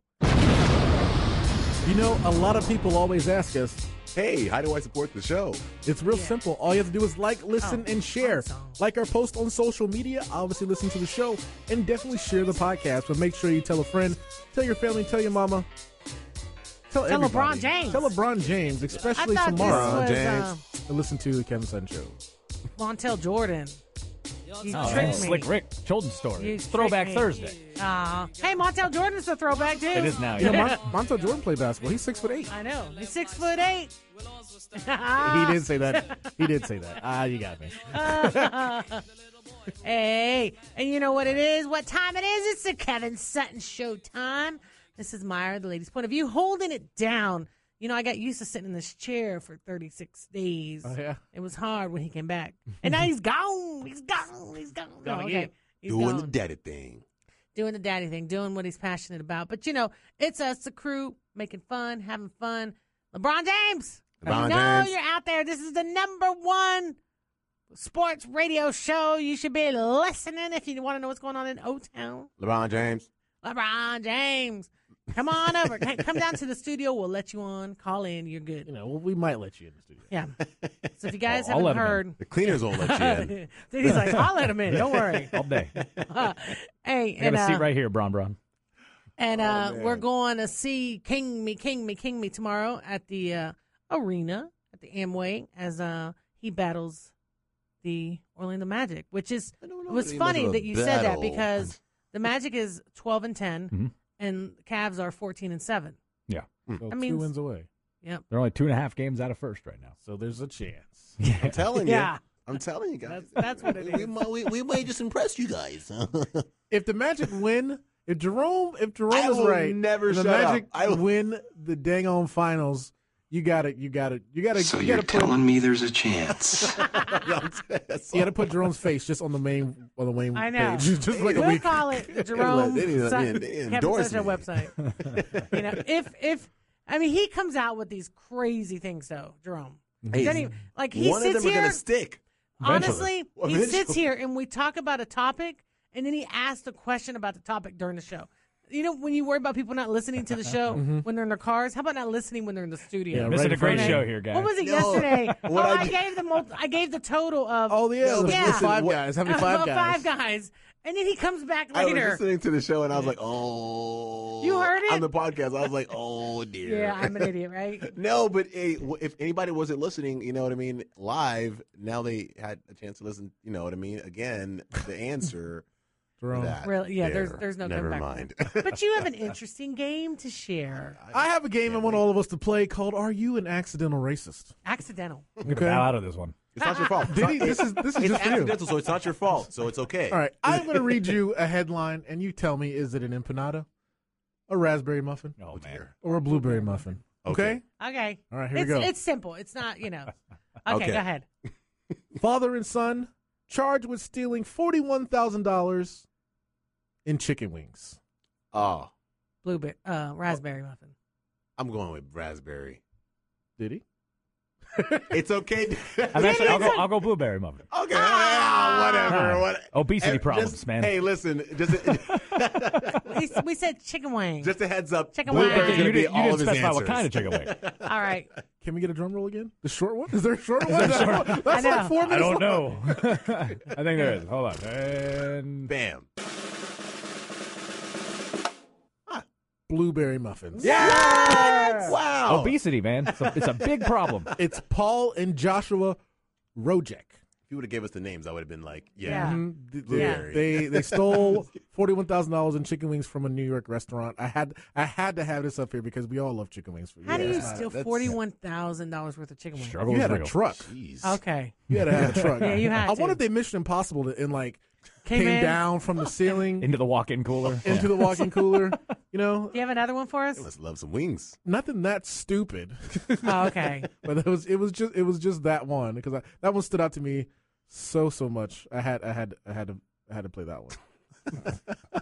[SPEAKER 4] You know, a lot of people always ask us.
[SPEAKER 6] Hey, how do I support the show?
[SPEAKER 4] It's real simple. All you have to do is like, listen,
[SPEAKER 2] Oh,
[SPEAKER 4] and share.
[SPEAKER 2] awesome.
[SPEAKER 4] Like our post on social media, obviously listen to the show, and definitely share the podcast. But make sure you tell a friend, tell your family, tell your mama. Tell,
[SPEAKER 2] Tell LeBron
[SPEAKER 4] everybody.
[SPEAKER 2] James.
[SPEAKER 4] Tell LeBron James,
[SPEAKER 2] I
[SPEAKER 4] especially
[SPEAKER 2] thought
[SPEAKER 4] tomorrow.
[SPEAKER 2] this was
[SPEAKER 6] James.
[SPEAKER 2] uh,
[SPEAKER 4] And listen to the Kevin Sun Show.
[SPEAKER 2] Montel Jordan. You
[SPEAKER 3] Oh,
[SPEAKER 2] tricked
[SPEAKER 3] that's
[SPEAKER 2] me.
[SPEAKER 3] Slick Rick, children's story.
[SPEAKER 2] You
[SPEAKER 3] It's Throwback
[SPEAKER 2] tricked me.
[SPEAKER 3] Thursday.
[SPEAKER 2] Aw. hey, Montel Jordan's a throwback dude.
[SPEAKER 3] It is now.
[SPEAKER 4] You know,
[SPEAKER 3] yeah.
[SPEAKER 4] Mon- Montel Jordan played basketball. He's six foot eight.
[SPEAKER 2] I know. He's six foot eight. Uh,
[SPEAKER 4] He did say that. He did say that. Ah, you got
[SPEAKER 6] (laughs)
[SPEAKER 4] me.
[SPEAKER 2] Hey, and you know what it is? What time it is? It's the Kevin Sutton Show time. This is Myra, the lady's point of view, holding it down You know, I got used to sitting in this chair for 36 days.
[SPEAKER 4] Oh, yeah.
[SPEAKER 2] It was hard when he came back. And now he's gone. He's gone. He's gone. No,
[SPEAKER 4] Gone
[SPEAKER 2] okay.
[SPEAKER 4] again.
[SPEAKER 2] He's
[SPEAKER 6] doing the
[SPEAKER 2] gone.
[SPEAKER 6] daddy thing.
[SPEAKER 2] doing the daddy thing, doing what he's passionate about. But, you know, it's us, the crew, making fun, having fun. LeBron James.
[SPEAKER 6] LeBron
[SPEAKER 2] I know
[SPEAKER 6] James.
[SPEAKER 2] you're out there. This is the number one sports radio show. You should be listening if you want to know what's going on in O Town.
[SPEAKER 6] LeBron James.
[SPEAKER 2] LeBron James. Come on over. Hey, Come down to the studio. We'll let you on. Call in. You're
[SPEAKER 4] You
[SPEAKER 2] good.
[SPEAKER 4] know, well, we might let you in the studio.
[SPEAKER 2] Yeah. So if you guys
[SPEAKER 3] I'll- I'll
[SPEAKER 2] haven't
[SPEAKER 3] let him
[SPEAKER 2] heard,
[SPEAKER 6] The cleaners won't let
[SPEAKER 2] (laughs)
[SPEAKER 6] you in.
[SPEAKER 2] then he's like, I'll let him in. Don't
[SPEAKER 3] (laughs)
[SPEAKER 2] worry.
[SPEAKER 3] all day.
[SPEAKER 2] Uh, hey,
[SPEAKER 3] I got
[SPEAKER 2] and,
[SPEAKER 3] a
[SPEAKER 2] uh,
[SPEAKER 3] seat right here, Bron Bron.
[SPEAKER 2] and uh, we're
[SPEAKER 6] Oh, man.
[SPEAKER 2] going to see King Me, King Me, King Me tomorrow at the uh, arena at the Amway as uh, he battles the Orlando Magic, which is
[SPEAKER 6] I don't know
[SPEAKER 2] it was
[SPEAKER 6] that he
[SPEAKER 2] funny
[SPEAKER 6] much of a
[SPEAKER 2] that you said that
[SPEAKER 6] battle.
[SPEAKER 2] because the Magic is 12 and 10
[SPEAKER 3] Mhm.
[SPEAKER 2] and Cavs are 14 and 7.
[SPEAKER 4] So
[SPEAKER 6] Hmm.
[SPEAKER 2] I mean-
[SPEAKER 4] two wins away.
[SPEAKER 2] Yep.
[SPEAKER 3] They're only two and a half games out of first right now.
[SPEAKER 4] So there's
[SPEAKER 3] (laughs)
[SPEAKER 4] a chance.
[SPEAKER 6] I'm telling you.
[SPEAKER 2] Yeah.
[SPEAKER 6] I'm telling you guys.
[SPEAKER 2] That's- that's what it
[SPEAKER 6] we,
[SPEAKER 2] is.
[SPEAKER 6] might- we, we might just impress you guys. (laughs)
[SPEAKER 4] If the Magic win, if Jerome, if Jerome
[SPEAKER 6] I
[SPEAKER 4] is
[SPEAKER 6] will
[SPEAKER 4] right,
[SPEAKER 6] never
[SPEAKER 4] and the
[SPEAKER 6] shut up.
[SPEAKER 4] Magic
[SPEAKER 6] I will-
[SPEAKER 4] win the dang on finals. You got it. You got it. You got to.
[SPEAKER 8] So
[SPEAKER 4] you
[SPEAKER 8] you're
[SPEAKER 4] got to put.
[SPEAKER 8] telling me there's a chance.
[SPEAKER 4] You got to put Jerome's face just on the main on the main
[SPEAKER 2] I know.
[SPEAKER 4] page, (laughs) just like a
[SPEAKER 2] we'll
[SPEAKER 4] week.
[SPEAKER 2] call it Jerome.
[SPEAKER 6] They didn't-
[SPEAKER 2] Sa-
[SPEAKER 6] they didn't
[SPEAKER 2] Kevin
[SPEAKER 6] endorse
[SPEAKER 2] Sessions
[SPEAKER 6] me.
[SPEAKER 2] website. you know, if if I mean he comes out with these crazy things though, Jerome.
[SPEAKER 6] Hey,
[SPEAKER 2] Doesn't even- like he
[SPEAKER 6] One of
[SPEAKER 2] sits
[SPEAKER 6] them are
[SPEAKER 2] here.
[SPEAKER 6] gonna stick.
[SPEAKER 2] honestly, he sits
[SPEAKER 6] Eventually.
[SPEAKER 2] here and we talk about a topic, and then he asks a question about the topic during the show. You know, when you worry about people not listening to the show when they're in their cars, how about not listening when they're in the studio?
[SPEAKER 4] Yeah,
[SPEAKER 3] Missing
[SPEAKER 4] right
[SPEAKER 3] a great
[SPEAKER 4] in front
[SPEAKER 3] show
[SPEAKER 4] of-
[SPEAKER 3] here, guys.
[SPEAKER 2] What was it
[SPEAKER 6] No.
[SPEAKER 2] yesterday? oh,
[SPEAKER 6] What I
[SPEAKER 2] I,
[SPEAKER 6] did-
[SPEAKER 2] gave the multi- I gave the total of
[SPEAKER 4] Oh yeah,
[SPEAKER 6] No,
[SPEAKER 4] the
[SPEAKER 2] yeah.
[SPEAKER 4] listen, five
[SPEAKER 6] what-
[SPEAKER 2] (laughs)
[SPEAKER 4] guys having five
[SPEAKER 2] about
[SPEAKER 4] guys.
[SPEAKER 2] Oh, five guys, and then he comes back
[SPEAKER 6] I was
[SPEAKER 2] later.
[SPEAKER 6] listening to the show and I was like, oh.
[SPEAKER 2] You heard it?
[SPEAKER 6] On the podcast. I was like, oh, dear.
[SPEAKER 2] Yeah, I'm an idiot,
[SPEAKER 6] (laughs)
[SPEAKER 2] right?
[SPEAKER 6] No, but hey, w- if anybody wasn't listening, you know what I mean, live, now they had a chance to listen, you know what I mean, again,
[SPEAKER 3] (laughs)
[SPEAKER 6] the answer for
[SPEAKER 4] Jerome.
[SPEAKER 6] that.
[SPEAKER 2] Really? Yeah, there's-
[SPEAKER 6] there.
[SPEAKER 2] there's no
[SPEAKER 6] Never
[SPEAKER 2] comeback. (laughs)
[SPEAKER 6] mind. (laughs)
[SPEAKER 2] But you have an interesting game to share.
[SPEAKER 4] I have a game I want all of us to play called "Are You an Accidental Racist?"
[SPEAKER 2] Accidental.
[SPEAKER 3] I'm gonna bow out of this one.
[SPEAKER 6] it's not your fault. It's
[SPEAKER 4] Diddy,
[SPEAKER 6] not-
[SPEAKER 4] this is this is
[SPEAKER 6] it's
[SPEAKER 4] just for you.
[SPEAKER 6] accidental, so it's not your fault, so it's okay.
[SPEAKER 4] All right, I'm going to read you a headline, and you tell me: is it an empanada, a raspberry muffin,
[SPEAKER 3] Oh, man.
[SPEAKER 4] or a blueberry muffin? Okay.
[SPEAKER 6] Okay.
[SPEAKER 2] Okay.
[SPEAKER 4] All right, here we
[SPEAKER 2] it's,
[SPEAKER 4] go.
[SPEAKER 2] It's simple. It's not, you
[SPEAKER 6] (laughs)
[SPEAKER 2] know. Okay,
[SPEAKER 6] Okay.
[SPEAKER 2] go ahead.
[SPEAKER 4] Father and son charged with stealing forty-one thousand dollars in chicken wings.
[SPEAKER 6] Oh,
[SPEAKER 2] Blueberry, uh, raspberry muffin.
[SPEAKER 6] I'm going with raspberry.
[SPEAKER 4] Did he?
[SPEAKER 6] It's okay. (laughs)
[SPEAKER 3] (laughs) I'm actually, I'll, go, I'll go blueberry muffin.
[SPEAKER 6] Okay, ah, whatever. What,
[SPEAKER 3] Obesity
[SPEAKER 6] Eh,
[SPEAKER 3] problems,
[SPEAKER 6] just-
[SPEAKER 3] man.
[SPEAKER 6] Hey, listen, just
[SPEAKER 3] (laughs)
[SPEAKER 6] a,
[SPEAKER 2] We, we said chicken wing.
[SPEAKER 6] just a heads up.
[SPEAKER 2] Chicken
[SPEAKER 6] Blueberry's
[SPEAKER 2] wing. There's
[SPEAKER 3] you
[SPEAKER 6] gonna
[SPEAKER 3] didn't,
[SPEAKER 6] be
[SPEAKER 3] you
[SPEAKER 6] all
[SPEAKER 3] didn't
[SPEAKER 6] of his
[SPEAKER 3] specify what
[SPEAKER 6] answers.
[SPEAKER 3] kind of chicken wing.
[SPEAKER 6] (laughs)
[SPEAKER 2] All right.
[SPEAKER 4] Can we get a drum roll again? The short one? Is there a short one? (laughs) That's like
[SPEAKER 2] know.
[SPEAKER 4] four minutes.
[SPEAKER 3] I don't
[SPEAKER 4] long.
[SPEAKER 3] know. (laughs) I think there is. Hold on. And
[SPEAKER 6] Bam.
[SPEAKER 4] Blueberry muffins.
[SPEAKER 6] Yeah! Wow. If
[SPEAKER 3] obesity, man. It's a, it's a big (laughs) problem.
[SPEAKER 4] It's Paul and Joshua Rojek.
[SPEAKER 6] you would have gave us the names, I would have been like,
[SPEAKER 2] Mm-hmm. Yeah.
[SPEAKER 6] yeah.
[SPEAKER 4] Mhm. Th- th-
[SPEAKER 6] Blueberry.
[SPEAKER 4] They they (laughs) stole forty one thousand dollars in chicken wings from a New York restaurant. I had I had to have this up here because we all love chicken wings.
[SPEAKER 2] How do you
[SPEAKER 4] It's not-
[SPEAKER 2] steal
[SPEAKER 6] that's-
[SPEAKER 2] $41,000 worth of chicken wings?
[SPEAKER 3] Struggle
[SPEAKER 4] You
[SPEAKER 3] is
[SPEAKER 4] had a
[SPEAKER 3] real.
[SPEAKER 4] truck.
[SPEAKER 6] Jeez.
[SPEAKER 2] Okay.
[SPEAKER 4] You had to have a
[SPEAKER 2] (laughs)
[SPEAKER 4] truck.
[SPEAKER 2] Yeah, you had
[SPEAKER 4] I
[SPEAKER 2] to.
[SPEAKER 4] wonder if they Mission Impossible to, and like
[SPEAKER 2] Came
[SPEAKER 4] came,
[SPEAKER 2] in.
[SPEAKER 4] down from the ceiling
[SPEAKER 3] Into the walk-in cooler.
[SPEAKER 4] into the
[SPEAKER 6] (laughs)
[SPEAKER 4] walk-in cooler. You know,
[SPEAKER 2] Do you have another one for us?
[SPEAKER 6] Let's love some wings.
[SPEAKER 4] nothing that
[SPEAKER 6] (laughs)
[SPEAKER 4] stupid,
[SPEAKER 2] Oh, okay.
[SPEAKER 4] but it was it was just it was just that one because that one stood out to me so so much. I had I had I had to I had to play that one.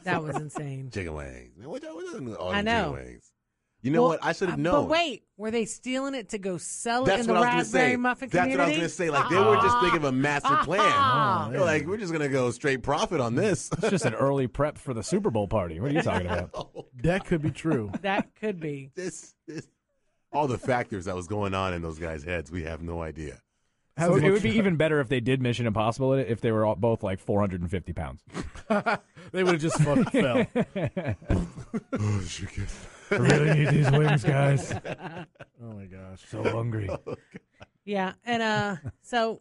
[SPEAKER 2] That was
[SPEAKER 6] (laughs)
[SPEAKER 2] insane.
[SPEAKER 6] Chicken wings. Man, what y'all, what y'all doing all
[SPEAKER 2] I
[SPEAKER 6] them
[SPEAKER 2] know.
[SPEAKER 6] Chicken wings? You know
[SPEAKER 2] Well,
[SPEAKER 6] what? I should
[SPEAKER 2] uh,
[SPEAKER 6] have known.
[SPEAKER 2] But wait, were they stealing it to go sell it
[SPEAKER 6] That's
[SPEAKER 2] in
[SPEAKER 6] what
[SPEAKER 2] the
[SPEAKER 6] I was gonna
[SPEAKER 2] raspberry
[SPEAKER 6] say.
[SPEAKER 2] muffin
[SPEAKER 6] That's what I was
[SPEAKER 2] community?
[SPEAKER 6] gonna say. Like they were just thinking of a master
[SPEAKER 2] Ah.
[SPEAKER 6] plan. They're like, we're just gonna go straight profit on this. (laughs)
[SPEAKER 3] It's just an early prep for the Super Bowl party. (laughs) What are you talking about?
[SPEAKER 4] That could be
[SPEAKER 6] (laughs)
[SPEAKER 4] true.
[SPEAKER 2] That could be.
[SPEAKER 6] this, this, all the factors that was going on in those guys' heads, we have no
[SPEAKER 2] (laughs)
[SPEAKER 6] idea.
[SPEAKER 3] So it would be even better if they did Mission Impossible in it if they were all, both like 450 pounds.
[SPEAKER 4] they would have just (laughs) fucking fell.
[SPEAKER 6] Oh, chicken.
[SPEAKER 3] really need these wings,
[SPEAKER 6] (laughs)
[SPEAKER 3] guys.
[SPEAKER 4] Oh my gosh.
[SPEAKER 3] So
[SPEAKER 4] Oh, (laughs)
[SPEAKER 3] hungry.
[SPEAKER 2] Yeah, and uh, so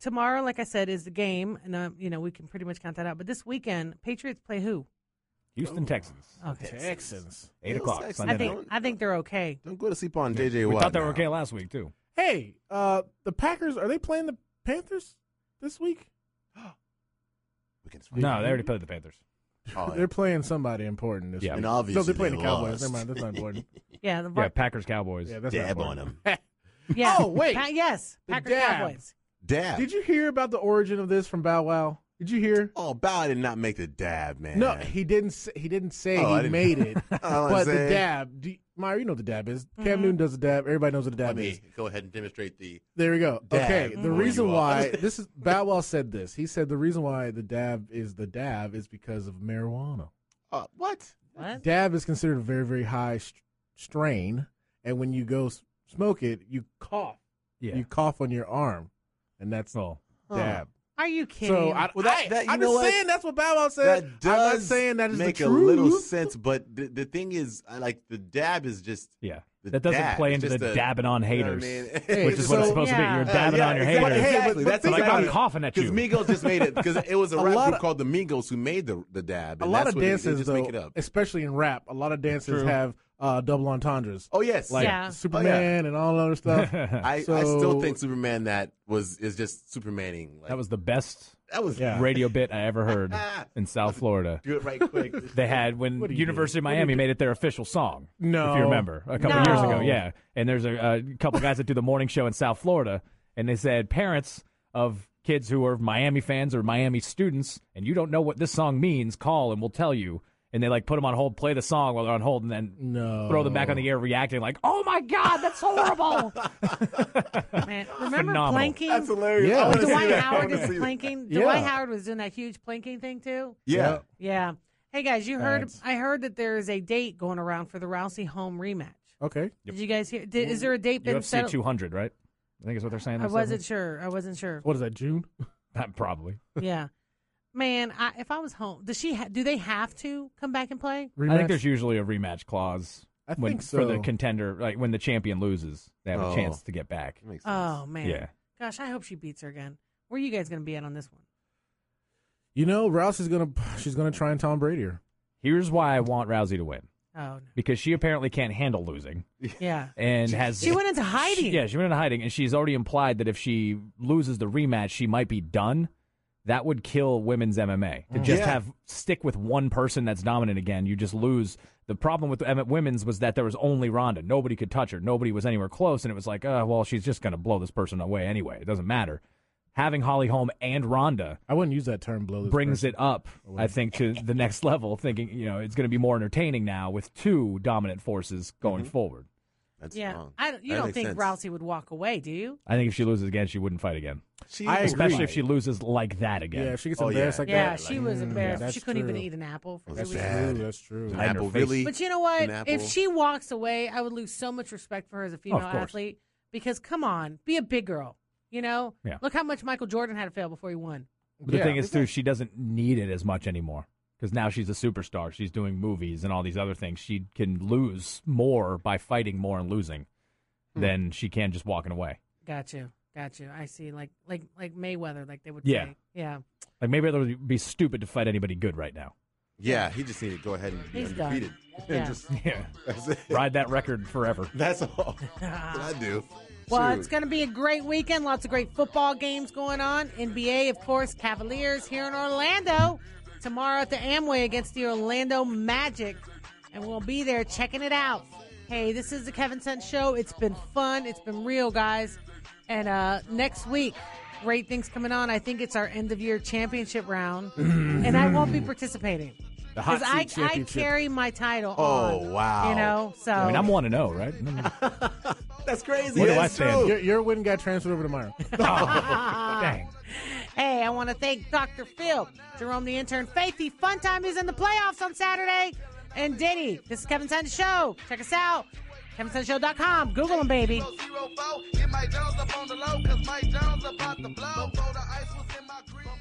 [SPEAKER 2] tomorrow, like I said, is the game, and uh, you know we can pretty much count that out. But this weekend, Patriots play who?
[SPEAKER 3] Houston Texans,
[SPEAKER 2] Okay,
[SPEAKER 4] Texans.
[SPEAKER 3] eight
[SPEAKER 6] Those
[SPEAKER 3] o'clock
[SPEAKER 6] Texans
[SPEAKER 3] Sunday
[SPEAKER 2] I
[SPEAKER 3] night.
[SPEAKER 2] think I think they're okay.
[SPEAKER 6] Don't go to sleep on JJ
[SPEAKER 3] we
[SPEAKER 6] Watt.
[SPEAKER 3] thought they were
[SPEAKER 6] now.
[SPEAKER 3] okay last week too.
[SPEAKER 4] Hey, uh, the Packers are they playing the Panthers this week?
[SPEAKER 6] We can sleep.
[SPEAKER 3] No, they already played the Panthers.
[SPEAKER 6] Oh,
[SPEAKER 4] They're playing somebody important this
[SPEAKER 3] Yeah.
[SPEAKER 4] week.
[SPEAKER 6] And obviously
[SPEAKER 4] no, they're playing
[SPEAKER 6] they
[SPEAKER 4] the Cowboys.
[SPEAKER 6] lost. (laughs)
[SPEAKER 4] Never mind, that's not important.
[SPEAKER 2] Yeah, the
[SPEAKER 3] Yeah,
[SPEAKER 2] Var-
[SPEAKER 3] Packers Cowboys.
[SPEAKER 4] Yeah, that's not
[SPEAKER 6] Dab
[SPEAKER 4] important. (laughs)
[SPEAKER 6] on him.
[SPEAKER 2] yeah.
[SPEAKER 4] Oh, wait.
[SPEAKER 2] Pa- yes,
[SPEAKER 4] The
[SPEAKER 2] Packers
[SPEAKER 4] dab.
[SPEAKER 2] Cowboys.
[SPEAKER 6] Dab.
[SPEAKER 4] Did you hear about the origin of this from Bow Wow? Did you hear?
[SPEAKER 6] Oh, Bow did not make the dab, man.
[SPEAKER 4] No, he didn't. Say, he didn't say
[SPEAKER 6] Oh, I
[SPEAKER 4] he
[SPEAKER 6] didn't-
[SPEAKER 4] made
[SPEAKER 3] (laughs)
[SPEAKER 6] (laughs)
[SPEAKER 4] it.
[SPEAKER 6] Oh,
[SPEAKER 4] but the
[SPEAKER 6] Zay.
[SPEAKER 4] dab, do you, Myra, you know what the dab is. Cam Newton does the dab. Everybody knows what the
[SPEAKER 6] Let
[SPEAKER 4] dab is.
[SPEAKER 6] me go ahead and demonstrate the.
[SPEAKER 4] There we go.
[SPEAKER 6] Dab
[SPEAKER 4] okay, the
[SPEAKER 6] where
[SPEAKER 4] reason
[SPEAKER 6] you are. (laughs)
[SPEAKER 4] why this is Bow Wow said this. He said the reason why the dab is the dab is because of marijuana.
[SPEAKER 6] Uh, what?
[SPEAKER 2] What?
[SPEAKER 4] Dab is considered a very very high st- strain, and when you go s- smoke it, you cough.
[SPEAKER 3] Yeah.
[SPEAKER 4] You cough on your arm, and that's
[SPEAKER 3] Well,
[SPEAKER 4] dab.
[SPEAKER 2] Are you kidding?
[SPEAKER 4] So I,
[SPEAKER 6] Well, that-
[SPEAKER 4] I,
[SPEAKER 6] that- you
[SPEAKER 4] I'm
[SPEAKER 6] know
[SPEAKER 4] just
[SPEAKER 6] what?
[SPEAKER 4] saying that's what Bow Wow said.
[SPEAKER 6] That
[SPEAKER 4] I'm not
[SPEAKER 6] does
[SPEAKER 4] saying that is
[SPEAKER 6] make
[SPEAKER 4] the
[SPEAKER 6] a
[SPEAKER 4] truth.
[SPEAKER 6] little sense, but the, the thing is, I like the dab is just
[SPEAKER 3] yeah.
[SPEAKER 6] The
[SPEAKER 3] That doesn't
[SPEAKER 6] dab.
[SPEAKER 3] play
[SPEAKER 6] It's
[SPEAKER 3] into the
[SPEAKER 6] just a-
[SPEAKER 3] dabbing on haters,
[SPEAKER 6] You know what I mean? (laughs)
[SPEAKER 3] which is what it's
[SPEAKER 4] So-
[SPEAKER 3] supposed to
[SPEAKER 2] Yeah.
[SPEAKER 3] be. You're
[SPEAKER 2] Uh,
[SPEAKER 3] dabbing
[SPEAKER 6] yeah,
[SPEAKER 3] on your
[SPEAKER 6] exactly.
[SPEAKER 3] haters.
[SPEAKER 4] Hey,
[SPEAKER 6] Exactly.
[SPEAKER 4] but
[SPEAKER 6] That's
[SPEAKER 4] think
[SPEAKER 3] Like
[SPEAKER 4] about
[SPEAKER 3] I'm
[SPEAKER 4] it.
[SPEAKER 3] coughing at
[SPEAKER 6] Because
[SPEAKER 3] you.
[SPEAKER 6] Migos just made it. Because
[SPEAKER 4] (laughs)
[SPEAKER 6] it was a,
[SPEAKER 4] A
[SPEAKER 6] rap
[SPEAKER 4] lot
[SPEAKER 6] group
[SPEAKER 4] of-
[SPEAKER 6] called the Migos who made the the dab.
[SPEAKER 4] a
[SPEAKER 6] and
[SPEAKER 4] lot
[SPEAKER 6] that's
[SPEAKER 4] of
[SPEAKER 6] what they- they
[SPEAKER 4] dances,
[SPEAKER 6] just
[SPEAKER 4] though,
[SPEAKER 6] make it up.
[SPEAKER 4] especially in rap, a lot of dances
[SPEAKER 3] True.
[SPEAKER 4] have uh, double entendres,
[SPEAKER 6] Oh yes,
[SPEAKER 4] like
[SPEAKER 2] Yeah.
[SPEAKER 4] Superman and all that other stuff.
[SPEAKER 3] that
[SPEAKER 6] I, I
[SPEAKER 4] So-
[SPEAKER 6] still think Superman that was is just Supermaning. Like,
[SPEAKER 3] was the best
[SPEAKER 6] that was
[SPEAKER 4] Yeah.
[SPEAKER 3] radio bit I ever
[SPEAKER 4] (laughs)
[SPEAKER 3] heard in South Florida.
[SPEAKER 6] do it right
[SPEAKER 3] (laughs)
[SPEAKER 6] quick.
[SPEAKER 3] They had when
[SPEAKER 4] What do you
[SPEAKER 3] University of Miami made it their official song.
[SPEAKER 4] No.
[SPEAKER 3] if you remember, a couple years
[SPEAKER 2] No.
[SPEAKER 3] ago, yeah. And there's a, a couple guys that do the morning show in South Florida, and they said parents of kids who are Miami fans or Miami students, and you don't know what this song means, call and we'll tell you. And they like put them on hold, play the song while they're on hold, and then
[SPEAKER 4] No.
[SPEAKER 3] throw them back on the air, reacting like, "Oh my God, that's
[SPEAKER 4] (laughs)
[SPEAKER 3] horrible!"
[SPEAKER 2] Man, remember
[SPEAKER 3] Phenomenal.
[SPEAKER 2] planking?
[SPEAKER 6] That's hilarious.
[SPEAKER 4] Yeah.
[SPEAKER 6] I wanna see
[SPEAKER 2] Dwight
[SPEAKER 6] that. I
[SPEAKER 2] Howard
[SPEAKER 6] wanna
[SPEAKER 2] is
[SPEAKER 6] see that.
[SPEAKER 2] planking.
[SPEAKER 4] Yeah.
[SPEAKER 2] Dwight Howard was doing that huge planking thing too.
[SPEAKER 6] Yeah.
[SPEAKER 2] Yeah. Hey guys, you heard?
[SPEAKER 4] That's-
[SPEAKER 2] I heard that there is a date going around for the Rousey home rematch.
[SPEAKER 4] Okay,
[SPEAKER 2] Did you guys hear? Did, is there a date been
[SPEAKER 3] UFC
[SPEAKER 2] set?
[SPEAKER 3] 200, right? I think is what they're saying.
[SPEAKER 2] I
[SPEAKER 3] this
[SPEAKER 2] wasn't sure. I wasn't sure.
[SPEAKER 4] what is that? June? (laughs)
[SPEAKER 3] season. (laughs) probably.
[SPEAKER 2] yeah, man. I, if I was home, does she? Ha- do they have to come back and play?
[SPEAKER 4] Rematch?
[SPEAKER 3] I think there's usually a rematch clause.
[SPEAKER 4] I
[SPEAKER 3] when,
[SPEAKER 4] think
[SPEAKER 3] for the
[SPEAKER 4] so.
[SPEAKER 3] contender, like when the champion loses, they have a
[SPEAKER 6] Oh.
[SPEAKER 3] chance to get back.
[SPEAKER 6] Makes sense.
[SPEAKER 2] Oh man.
[SPEAKER 3] Yeah.
[SPEAKER 2] Gosh, I hope she beats her again. Where are you guys going to be at on this one?
[SPEAKER 4] You know, Rouse is gonna she's gonna try and Tom Brady her.
[SPEAKER 3] Here's why I want Rousey to win
[SPEAKER 2] Oh
[SPEAKER 3] because she apparently can't handle losing
[SPEAKER 2] no. Yeah.
[SPEAKER 3] and has
[SPEAKER 2] She went into hiding.
[SPEAKER 3] yeah, she went into hiding, and she's already implied that if she loses the rematch, she might be done. That would kill women's MMA to just
[SPEAKER 6] Yeah.
[SPEAKER 3] have stick with one person that's dominant again. You just lose. The problem with M- women's was that there was only Ronda. Nobody could touch her. Nobody was anywhere close, and it was like, oh, well, she's just going to blow this person away anyway. It doesn't matter. Having Holly Holm and Ronda
[SPEAKER 4] I wouldn't use that term. Blow this
[SPEAKER 3] brings
[SPEAKER 4] person.
[SPEAKER 3] it up, I think, to the next level. Thinking, you know, it's going to be more entertaining now with two dominant forces going forward.
[SPEAKER 6] That's
[SPEAKER 2] Yeah.
[SPEAKER 6] wrong.
[SPEAKER 2] I don't, you
[SPEAKER 6] That
[SPEAKER 2] don't
[SPEAKER 6] makes
[SPEAKER 2] think
[SPEAKER 6] sense.
[SPEAKER 2] Rousey would walk away, do you?
[SPEAKER 3] I think if she loses again, she wouldn't fight again.
[SPEAKER 6] She
[SPEAKER 4] I
[SPEAKER 6] was
[SPEAKER 3] especially
[SPEAKER 4] agree.
[SPEAKER 3] if she loses like that again.
[SPEAKER 4] Yeah, if she gets
[SPEAKER 6] Oh, yeah.
[SPEAKER 4] embarrassed like
[SPEAKER 2] Yeah,
[SPEAKER 4] that.
[SPEAKER 2] she
[SPEAKER 4] like,
[SPEAKER 2] was
[SPEAKER 4] mm,
[SPEAKER 2] embarrassed.
[SPEAKER 4] that's
[SPEAKER 2] she couldn't even
[SPEAKER 4] true.
[SPEAKER 2] eat an apple for
[SPEAKER 6] That's
[SPEAKER 2] two
[SPEAKER 4] That's
[SPEAKER 2] weeks.
[SPEAKER 6] bad.
[SPEAKER 4] true. That's true.
[SPEAKER 3] Right.
[SPEAKER 6] Apple
[SPEAKER 3] in her face.
[SPEAKER 6] really.
[SPEAKER 2] But you know what?
[SPEAKER 6] An
[SPEAKER 2] If
[SPEAKER 6] apple.
[SPEAKER 2] she walks away, I would lose so much respect for her as a female
[SPEAKER 3] Oh, of course.
[SPEAKER 2] athlete because come on, be a big girl. You know?
[SPEAKER 3] Yeah.
[SPEAKER 2] Look how much Michael Jordan had to fail before he won.
[SPEAKER 3] But the
[SPEAKER 4] Yeah.
[SPEAKER 3] thing is, too, she doesn't need it as much anymore because now she's a superstar. She's doing movies and all these other things. She can lose more by fighting more and losing than she can just walking away.
[SPEAKER 2] Got you. Got you. I see. Like like like Mayweather, like they would
[SPEAKER 3] Yeah.
[SPEAKER 2] say. Yeah.
[SPEAKER 3] Like maybe it would be stupid to fight anybody good right now. (laughs)
[SPEAKER 6] Yeah, he just needed to go ahead and be
[SPEAKER 2] He's done.
[SPEAKER 6] undefeated. (laughs)
[SPEAKER 2] Yeah.
[SPEAKER 3] Yeah,
[SPEAKER 6] That's it.
[SPEAKER 3] ride that record forever.
[SPEAKER 6] That's all. (laughs) That's what I do.
[SPEAKER 2] Well,
[SPEAKER 6] Shoot.
[SPEAKER 2] it's going to be a great weekend. Lots of great football games going on. NBA, of course, Cavaliers here in Orlando tomorrow at the Amway against the Orlando Magic. And we'll be there checking it out. Hey, this is the Kevin Sent Show. It's been fun. It's been real, guys. And uh, next week, great things coming on. I think it's our end of year championship round. and I won't be participating.
[SPEAKER 4] The hot
[SPEAKER 2] Because I,
[SPEAKER 4] seat
[SPEAKER 2] I
[SPEAKER 4] championship.
[SPEAKER 2] carry my title.
[SPEAKER 6] Oh,
[SPEAKER 2] on,
[SPEAKER 6] wow.
[SPEAKER 2] You know, so.
[SPEAKER 3] I mean, I'm one to know, right? Mm.
[SPEAKER 6] That's crazy.
[SPEAKER 3] What do I
[SPEAKER 6] That's
[SPEAKER 3] stand?
[SPEAKER 6] true.
[SPEAKER 4] Your, your win got transferred over to Myra.
[SPEAKER 3] Dang.
[SPEAKER 2] Hey, I want to thank Dr. Phil, Jerome the intern, Faithy. Fun time is in the playoffs on Saturday. And Denny, this is Kevin Sutton Show. Check us out. KevinSuttonShow.com. Google him, baby.
[SPEAKER 1] Get my Jones up on the low, cause Mike Jones about to blow. Before the ice was in my creek.